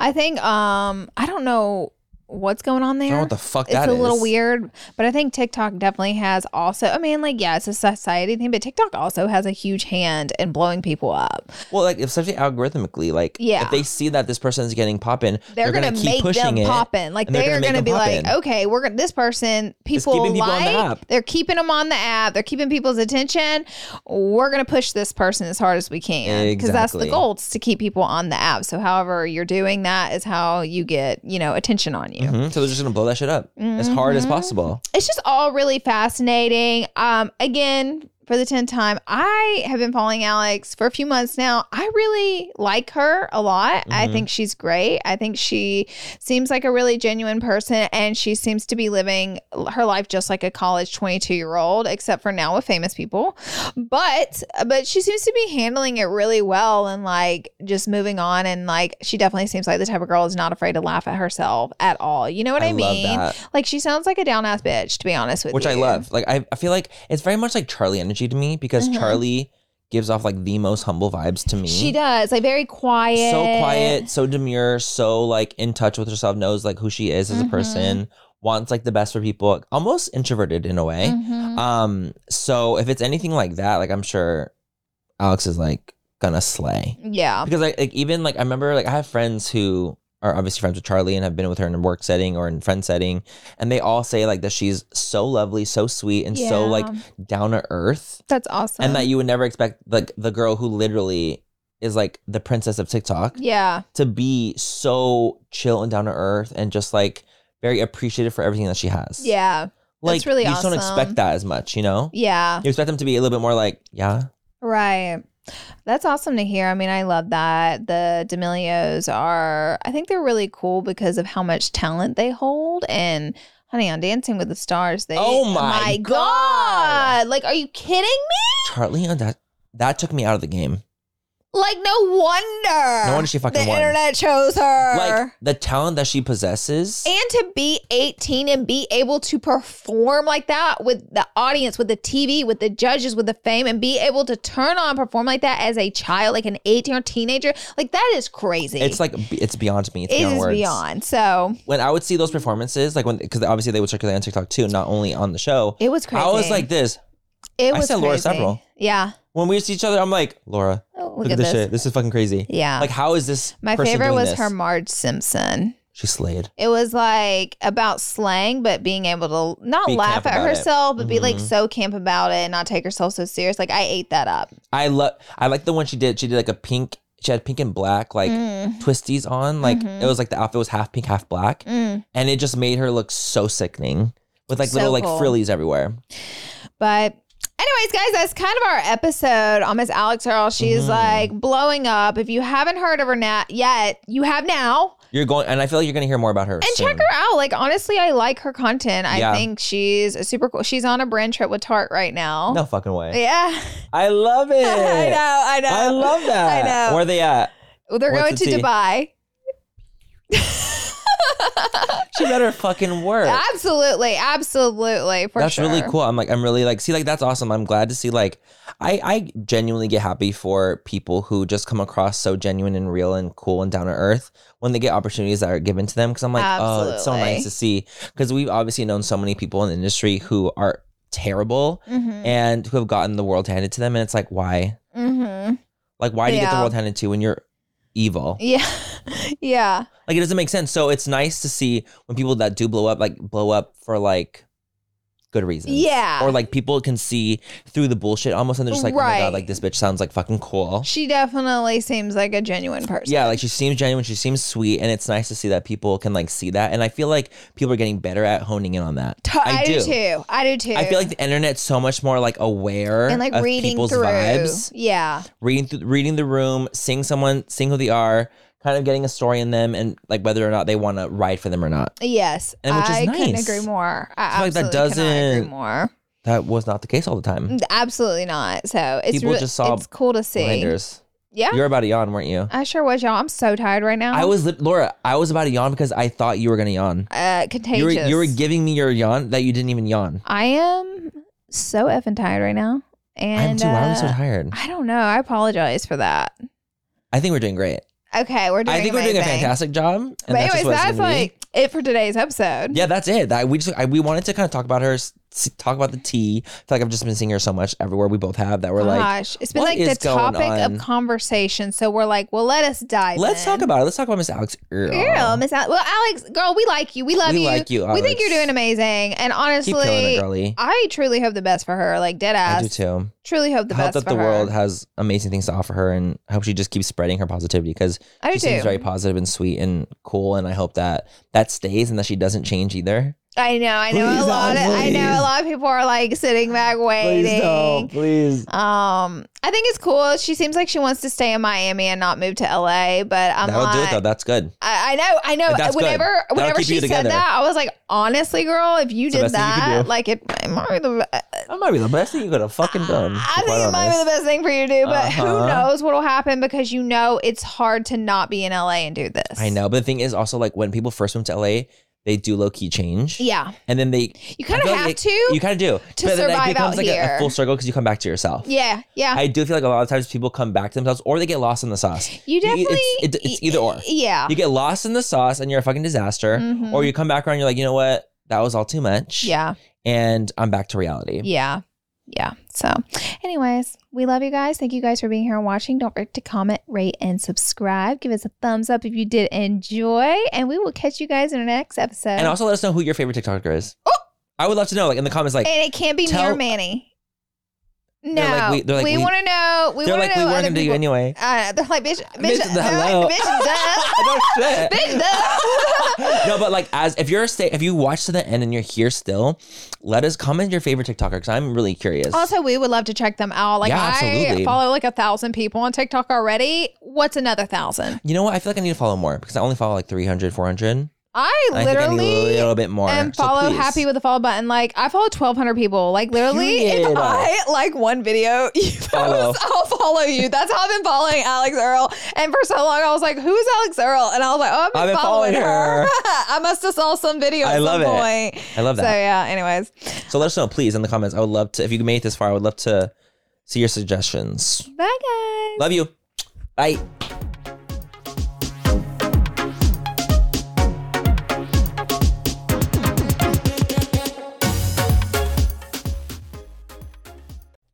Speaker 2: I think um I don't know what's going on
Speaker 1: I
Speaker 2: there.
Speaker 1: don't know what the fuck
Speaker 2: it's
Speaker 1: that
Speaker 2: a
Speaker 1: is.
Speaker 2: little weird, but I think TikTok definitely has also. I mean, like, yeah, it's a society thing, but TikTok also has a huge hand in blowing people up.
Speaker 1: Well, like especially algorithmically, like
Speaker 2: Yeah.
Speaker 1: if they see that this person is getting poppin',
Speaker 2: They're, gonna,
Speaker 1: keep
Speaker 2: make
Speaker 1: pushing
Speaker 2: them
Speaker 1: it.
Speaker 2: pop in. Like
Speaker 1: and they're
Speaker 2: they
Speaker 1: gonna
Speaker 2: are
Speaker 1: make
Speaker 2: gonna
Speaker 1: them
Speaker 2: be
Speaker 1: pop
Speaker 2: like,
Speaker 1: in.
Speaker 2: okay, we're gonna this person people,
Speaker 1: keeping people on
Speaker 2: like.
Speaker 1: the app.
Speaker 2: They're keeping them on the app. They're keeping people's attention. We're gonna push this person as hard as we can because that's the
Speaker 1: Exactly.
Speaker 2: goal it's to keep people on the app. So however you're doing that is how you get you know attention on you.
Speaker 1: Mhm. So they're just gonna blow that shit up as hard as
Speaker 2: Mhm.
Speaker 1: possible.
Speaker 2: it's just all really fascinating. Um, again, for the 10th time, I have been following Alex for a few months now. I really like her a lot. I
Speaker 1: Mhm.
Speaker 2: think she's great. I think she seems like a really genuine person and she seems to be living her life just like a college 22 year old, except for now with famous people. But but she seems to be handling it really well and like just moving on and like she definitely seems like the type of girl who's not afraid to laugh at herself at all. You know what I,
Speaker 1: love
Speaker 2: mean?
Speaker 1: that,
Speaker 2: Like she sounds like a down ass bitch, to be honest with
Speaker 1: which
Speaker 2: you.
Speaker 1: I love. Like I, I feel like it's very much like Charlie energy to me because
Speaker 2: Mhm.
Speaker 1: Charlie gives off like the most humble vibes to me.
Speaker 2: She does. Like very quiet.
Speaker 1: So quiet, so demure, so like in touch with herself, knows like who she is as a
Speaker 2: Mhm.
Speaker 1: person, wants like the best for people, almost introverted in a way.
Speaker 2: Mhm.
Speaker 1: Um, so if it's anything like that, like I'm sure Alex is like gonna slay.
Speaker 2: Yeah.
Speaker 1: because I like even like I remember like I have friends who are obviously friends with Charlie and have been with her in a work setting or in friend setting, and they all say like that she's so lovely, so sweet, and so
Speaker 2: Yeah.
Speaker 1: like down to earth,
Speaker 2: That's awesome.
Speaker 1: and that you would never expect like the girl who literally is like the princess of TikTok
Speaker 2: Yeah.
Speaker 1: to be so chill and down to earth and just like very appreciative for everything that she has.
Speaker 2: Yeah.
Speaker 1: like
Speaker 2: really
Speaker 1: you just don't
Speaker 2: awesome.
Speaker 1: expect that as much, you know.
Speaker 2: Yeah.
Speaker 1: You expect them to be a little bit more like, yeah,
Speaker 2: Right. That's awesome to hear. I mean, I love that. The D'Amelios are, I think they're really cool because of how much talent they hold. And honey, on Dancing with the Stars, they.
Speaker 1: Oh my
Speaker 2: God. Like, are you kidding me?
Speaker 1: Charlie, and that that took me out of the game.
Speaker 2: Like, no wonder.
Speaker 1: No wonder she fucking
Speaker 2: The
Speaker 1: won.
Speaker 2: internet chose her.
Speaker 1: like the talent that she possesses
Speaker 2: And to be 18 and be able to perform like that with the audience, with the TV, with the judges, with the fame, and be able to turn on perform like that as a child, like an 18 or teenager, like that is crazy.
Speaker 1: it's like b- it's beyond me it's
Speaker 2: it
Speaker 1: beyond
Speaker 2: is
Speaker 1: words
Speaker 2: beyond. So
Speaker 1: when i would see those performances like when because obviously they would circulate on tiktok too not only on the show
Speaker 2: it was crazy.
Speaker 1: i was like this
Speaker 2: it
Speaker 1: I
Speaker 2: was
Speaker 1: said
Speaker 2: crazy.
Speaker 1: Laura Several.
Speaker 2: Yeah.
Speaker 1: when we see each other i'm like laura
Speaker 2: Oh,
Speaker 1: look, at this, shit this is fucking crazy
Speaker 2: Yeah.
Speaker 1: like how is this
Speaker 2: My
Speaker 1: person
Speaker 2: favorite
Speaker 1: doing
Speaker 2: was
Speaker 1: this?
Speaker 2: her Marge Simpson.
Speaker 1: she slayed
Speaker 2: It was like about slang, but being able to not
Speaker 1: Be
Speaker 2: laugh
Speaker 1: camp
Speaker 2: at
Speaker 1: about it.
Speaker 2: herself, but be like
Speaker 1: Mhm.
Speaker 2: so camp about it and not take herself so serious. Like I ate that up.
Speaker 1: i love i like the one she did she did like a pink she had pink and black like
Speaker 2: Mm.
Speaker 1: twisties on like
Speaker 2: Mhm.
Speaker 1: it was like the outfit was half pink half black
Speaker 2: Mm.
Speaker 1: and it just made her look so sickening with like
Speaker 2: So
Speaker 1: little like
Speaker 2: cool.
Speaker 1: frillies everywhere
Speaker 2: But anyways, guys, that's kind of our episode on Miss Alex Earl. She's
Speaker 1: Mhm.
Speaker 2: like blowing up. If you haven't heard of her na- yet, you have now.
Speaker 1: you're going and i feel like you're gonna hear more about her
Speaker 2: And check her out. Like honestly, I like her content. I
Speaker 1: Yeah.
Speaker 2: think she's super cool. She's on a brand trip with Tarte right now.
Speaker 1: no fucking way
Speaker 2: Yeah.
Speaker 1: I love it.
Speaker 2: I know. I know.
Speaker 1: I love that.
Speaker 2: I know.
Speaker 1: Where they at?
Speaker 2: Well, They're
Speaker 1: What's
Speaker 2: going
Speaker 1: the
Speaker 2: to
Speaker 1: tea?
Speaker 2: Dubai.
Speaker 1: She better fucking work.
Speaker 2: absolutely, absolutely. For
Speaker 1: that's
Speaker 2: sure.
Speaker 1: really cool. I'm like, I'm really like, see, like that's awesome. I'm glad to see like, I I genuinely get happy for people who just come across so genuine and real and cool and down to earth when they get opportunities that are given to them. Because I'm like, oh, it's so
Speaker 2: Absolutely.
Speaker 1: nice to see. Because we've obviously known so many people in the industry who are terrible
Speaker 2: Mhm.
Speaker 1: and who have gotten the world handed to them, and it's like, why?
Speaker 2: Mhm.
Speaker 1: Like, why do you get the
Speaker 2: Yeah.
Speaker 1: world handed to you when you're evil?
Speaker 2: Yeah. yeah.
Speaker 1: Like, it doesn't make sense. So it's nice to see when people that do blow up, like, blow up for like good reasons.
Speaker 2: Yeah.
Speaker 1: Or like people can see through the bullshit almost, and they're just like, oh my god,
Speaker 2: Right.
Speaker 1: like this bitch sounds like fucking cool.
Speaker 2: She definitely seems like a genuine person.
Speaker 1: Yeah, like she seems genuine, she seems sweet, and it's nice to see that people can like see that. And I feel like people are getting better at honing in on that.
Speaker 2: T- I, do. too. I do too.
Speaker 1: I feel like the internet's so much more like aware
Speaker 2: and like
Speaker 1: of
Speaker 2: reading
Speaker 1: people's
Speaker 2: through.
Speaker 1: vibes,
Speaker 2: Yeah.
Speaker 1: reading through, reading the room, seeing someone, seeing who they are, kind of getting a story in them, and like whether or not they want to ride for them or not.
Speaker 2: Yes.
Speaker 1: And which is
Speaker 2: I couldn't
Speaker 1: nice.
Speaker 2: agree more.
Speaker 1: feel
Speaker 2: I
Speaker 1: like that
Speaker 2: absolutely cannot
Speaker 1: doesn't-
Speaker 2: agree more.
Speaker 1: That was not the case all the time.
Speaker 2: Absolutely not. So it's
Speaker 1: People
Speaker 2: real-
Speaker 1: just saw
Speaker 2: it's cool to Mm, see.
Speaker 1: Blinders.
Speaker 2: Yeah.
Speaker 1: You were about to yawn, weren't you?
Speaker 2: I sure was, y'all. I'm so tired right now.
Speaker 1: I was lit- Laura. I was about to yawn because I thought you were gonna yawn.
Speaker 2: uh,
Speaker 1: You were,
Speaker 2: contagious.
Speaker 1: you were giving me your yawn that you didn't even yawn.
Speaker 2: I am so effing tired right now. And
Speaker 1: I'm too. Why am I so
Speaker 2: uh,
Speaker 1: tired?
Speaker 2: I don't know. I apologize for that.
Speaker 1: I think we're doing great.
Speaker 2: Okay, we're doing.
Speaker 1: I think we're doing a
Speaker 2: amazing.
Speaker 1: fantastic job. And
Speaker 2: But
Speaker 1: just
Speaker 2: anyways,
Speaker 1: what it's
Speaker 2: that's
Speaker 1: gonna be.
Speaker 2: like it for today's episode.
Speaker 1: Yeah, that's it. That we just I, we wanted to kind of talk about her, s- talk about the tea. I feel like I've just been seeing her so much everywhere we both have that we're like,
Speaker 2: Gosh, it's been
Speaker 1: what
Speaker 2: like the
Speaker 1: is going
Speaker 2: topic
Speaker 1: on?
Speaker 2: of conversation. So we're like, well, let us dive.
Speaker 1: let's
Speaker 2: in.
Speaker 1: talk about it. Let's talk about Miss Alex Earl.
Speaker 2: Girl, Miss Al- well, Alex, girl, we like you. We love
Speaker 1: We
Speaker 2: you.
Speaker 1: like you,
Speaker 2: We think
Speaker 1: Alex.
Speaker 2: you're doing amazing. And
Speaker 1: Keep killing it,
Speaker 2: honestly,
Speaker 1: girlie.
Speaker 2: I truly hope the best for her. Like dead
Speaker 1: I
Speaker 2: ass.
Speaker 1: do too.
Speaker 2: Truly hope the
Speaker 1: I hope that
Speaker 2: best for
Speaker 1: the
Speaker 2: her.
Speaker 1: world has amazing things to offer her, and I hope she just keeps spreading her positivity because
Speaker 2: I do
Speaker 1: she seems
Speaker 2: too.
Speaker 1: very positive and sweet and cool, and I hope that that stays and that she doesn't change either.
Speaker 2: I know. I know
Speaker 1: Please,
Speaker 2: a lot.
Speaker 1: Alex,
Speaker 2: Of, I know
Speaker 1: please.
Speaker 2: a lot of people are like sitting back waiting.
Speaker 1: please.
Speaker 2: Um, I think it's cool. She seems like she wants to stay in Miami and not move to LA, but I'm
Speaker 1: That'll
Speaker 2: like,
Speaker 1: do it though. That's good.
Speaker 2: I, I know, I know.
Speaker 1: But that's good.
Speaker 2: whenever,
Speaker 1: That'll
Speaker 2: whenever
Speaker 1: keep you
Speaker 2: she said
Speaker 1: together.
Speaker 2: that, I was like, honestly, girl, if you
Speaker 1: It's the
Speaker 2: did
Speaker 1: best thing you could
Speaker 2: that,
Speaker 1: do.
Speaker 2: like it, it might be the,
Speaker 1: That might be the best thing you could have fucking done.
Speaker 2: Ah, I
Speaker 1: to be
Speaker 2: think
Speaker 1: quite
Speaker 2: it might be
Speaker 1: honest.
Speaker 2: the best thing for you to do. But
Speaker 1: Uh-huh.
Speaker 2: who knows what will happen because you know it's hard to not be in LA and do this.
Speaker 1: I know, but the thing is also like when people first went to LA, they do low key change.
Speaker 2: Yeah,
Speaker 1: And then they
Speaker 2: you kind
Speaker 1: I
Speaker 2: of
Speaker 1: feel
Speaker 2: have
Speaker 1: like it-
Speaker 2: to.
Speaker 1: You kind of do
Speaker 2: to
Speaker 1: then
Speaker 2: survive
Speaker 1: it becomes
Speaker 2: out
Speaker 1: like a- A,
Speaker 2: here.
Speaker 1: full circle because you come back to yourself.
Speaker 2: yeah, yeah.
Speaker 1: I do feel like a lot of times people come back to themselves or they get lost in the sauce.
Speaker 2: you
Speaker 1: it's-
Speaker 2: definitely.
Speaker 1: it- it's either or.
Speaker 2: Yeah.
Speaker 1: You get lost in the sauce and you're a fucking disaster,
Speaker 2: Mhm.
Speaker 1: or you come back around and you're like, you know what, that was all too much.
Speaker 2: yeah.
Speaker 1: And I'm back to reality.
Speaker 2: Yeah. Yeah. So, anyways, we love you guys. Thank you guys for being here and watching. Don't forget to comment, rate, and subscribe. Give us a thumbs up if you did enjoy. And we will catch you guys in our next episode.
Speaker 1: And
Speaker 2: And,
Speaker 1: also let us know who your favorite TikToker is.
Speaker 2: Oh!
Speaker 1: I would love to know, like in the comments, like
Speaker 2: it can't be
Speaker 1: tell-
Speaker 2: near Manny. No.
Speaker 1: They're like, we- they're like,
Speaker 2: we
Speaker 1: we-
Speaker 2: want to know. We
Speaker 1: they're
Speaker 2: want
Speaker 1: like,
Speaker 2: to
Speaker 1: we
Speaker 2: know.
Speaker 1: weren't
Speaker 2: other
Speaker 1: gonna do you
Speaker 2: people-
Speaker 1: anyway.
Speaker 2: Uh, they're like, bitch, bitch,
Speaker 1: Bitch,
Speaker 2: they're
Speaker 1: hello.
Speaker 2: like, bitch, duh.
Speaker 1: Oh, shit.
Speaker 2: bitch, duh.
Speaker 1: no, but like as if you're a stay, if you watch to the end and you're here still, let us comment your favorite TikToker because I'm really curious.
Speaker 2: Also, we would love to check them out. Like,
Speaker 1: Yeah,
Speaker 2: I
Speaker 1: absolutely.
Speaker 2: follow like a thousand people on TikTok already. What's another thousand?
Speaker 1: you know what? I feel like I need to follow more because I only follow like 300, 400.
Speaker 2: I
Speaker 1: I think I need a
Speaker 2: literally
Speaker 1: little bit more.
Speaker 2: and
Speaker 1: So
Speaker 2: follow
Speaker 1: please.
Speaker 2: happy with the follow button. Like I follow twelve hundred people. Like literally,
Speaker 1: Period.
Speaker 2: if I like one video you post,
Speaker 1: Follow.
Speaker 2: I'll follow you. That's how I've been following Alex Earl. And for so long, I was like, "Who is Alex Earl?" And I was like, "Oh, I've been, following, her. I must have saw some video. At
Speaker 1: I love
Speaker 2: some
Speaker 1: it.
Speaker 2: Point.
Speaker 1: I love
Speaker 2: So
Speaker 1: that.
Speaker 2: yeah. Anyways,
Speaker 1: So, let us know, please, in the comments. I would love to, if you made it this far, I would love to see your suggestions.
Speaker 2: bye guys.
Speaker 1: Love you. Bye.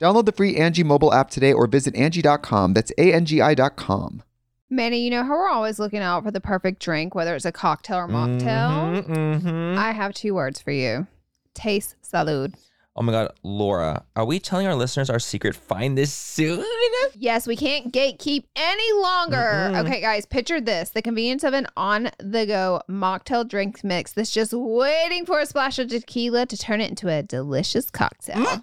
Speaker 3: Download the free Angie mobile app today or visit Angie.com. That's A N G I.com.
Speaker 2: Manny, you know how we're always looking out for the perfect drink, whether it's a cocktail or mocktail?
Speaker 1: Mhm, mhm.
Speaker 2: I have two words for you. Taste salud.
Speaker 1: oh my God, Laura, are we telling our listeners our secret? Find this soon.
Speaker 2: Yes, we can't gatekeep any longer.
Speaker 1: Mm-mm.
Speaker 2: Okay, guys, picture this the convenience of an on the go mocktail drink mix that's just waiting for a splash of tequila to turn it into a delicious cocktail.